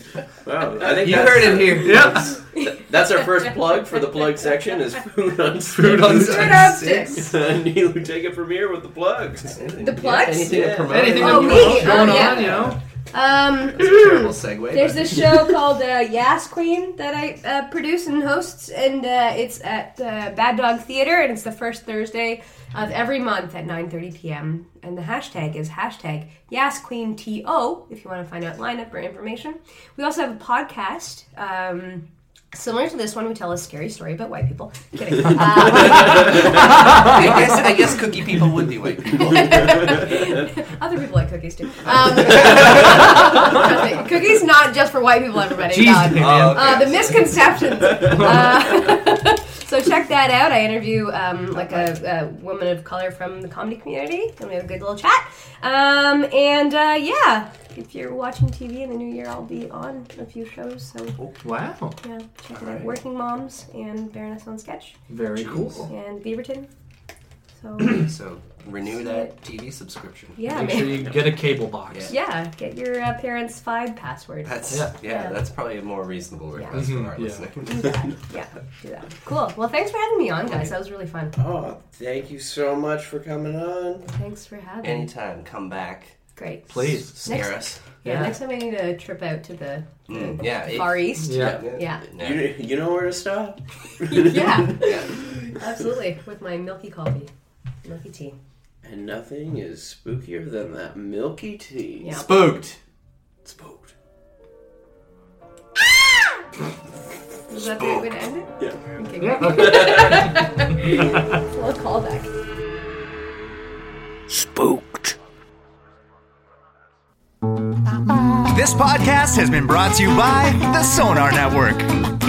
Speaker 3: Wow. I think
Speaker 1: You
Speaker 3: that's-
Speaker 1: heard it here.
Speaker 11: Yeah,
Speaker 3: That's our first plug for the plug section is food on
Speaker 11: food on
Speaker 4: Food
Speaker 11: sticks.
Speaker 4: on sticks.
Speaker 3: Neil, take it from here with the plugs.
Speaker 1: Anything-
Speaker 4: The plugs?
Speaker 1: Anything to
Speaker 3: Yeah.
Speaker 1: promote?
Speaker 11: Anything
Speaker 4: Oh,
Speaker 11: that you
Speaker 4: me.
Speaker 11: want going
Speaker 4: Oh, yeah.
Speaker 11: on, you know.
Speaker 4: Um,
Speaker 1: That's a terrible segue.
Speaker 4: There's
Speaker 1: but-
Speaker 4: this show called uh, Yas Queen that I uh, produce and hosts, and uh, it's at uh, Bad Dog Theater, and it's the first Thursday of every month at 9:30 p.m. And the hashtag is hashtag YasQueenTO if you want to find out lineup or information. We also have a podcast. Um, Similar to this one, we tell a scary story about white people. Kidding. Uh,
Speaker 1: I guess I guess cookie people would be white people.
Speaker 4: other people like cookies too. Um, trust me, cookies not just for white people, everybody.
Speaker 11: Jeez,
Speaker 4: God.
Speaker 11: man.
Speaker 4: Uh, the misconceptions. Uh, so check that out. I interview um, like a, a woman of color from the comedy community, and we have a good little chat. Um, and uh, yeah, if you're watching TV in the new year, I'll be on a few shows. So
Speaker 11: wow,
Speaker 4: yeah, check it out.
Speaker 9: Alright.
Speaker 4: Working Moms and Baroness on Sketch
Speaker 11: very cool.
Speaker 4: and Beaverton. So
Speaker 1: So renew that TV subscription.
Speaker 4: yeah,
Speaker 11: Make
Speaker 4: man.
Speaker 11: sure you get a cable box.
Speaker 4: yeah, get your uh, parents' FIDE password.
Speaker 1: That's yeah.
Speaker 11: Yeah.
Speaker 1: That's probably a more reasonable request from our
Speaker 11: Mhm, yeah.
Speaker 1: listener.
Speaker 4: Do that. Yeah, do that. Cool. Well, thanks for having me on, guys. That was really fun.
Speaker 3: Oh, thank you so much for coming on.
Speaker 4: Thanks for having. me.
Speaker 1: Anytime, come back.
Speaker 4: Great.
Speaker 11: Please.
Speaker 1: scare us.
Speaker 4: Yeah,
Speaker 11: Yeah.
Speaker 4: next time I need to trip out to the
Speaker 1: Mm, yeah, it-
Speaker 4: Far East.
Speaker 11: Yeah.
Speaker 4: Yeah.
Speaker 1: Yeah.
Speaker 3: You, you know where to stop.
Speaker 4: Yeah. Absolutely. With my milky coffee. Milky tea.
Speaker 3: And nothing is spookier than that milky tea.
Speaker 4: Yeah.
Speaker 1: Spooked.
Speaker 3: Spooked.
Speaker 4: Is that the right way to end it?
Speaker 3: Yeah.
Speaker 4: Okay, great. it's a little callback.
Speaker 12: spooked. This podcast has been brought to you by the Sonar Network.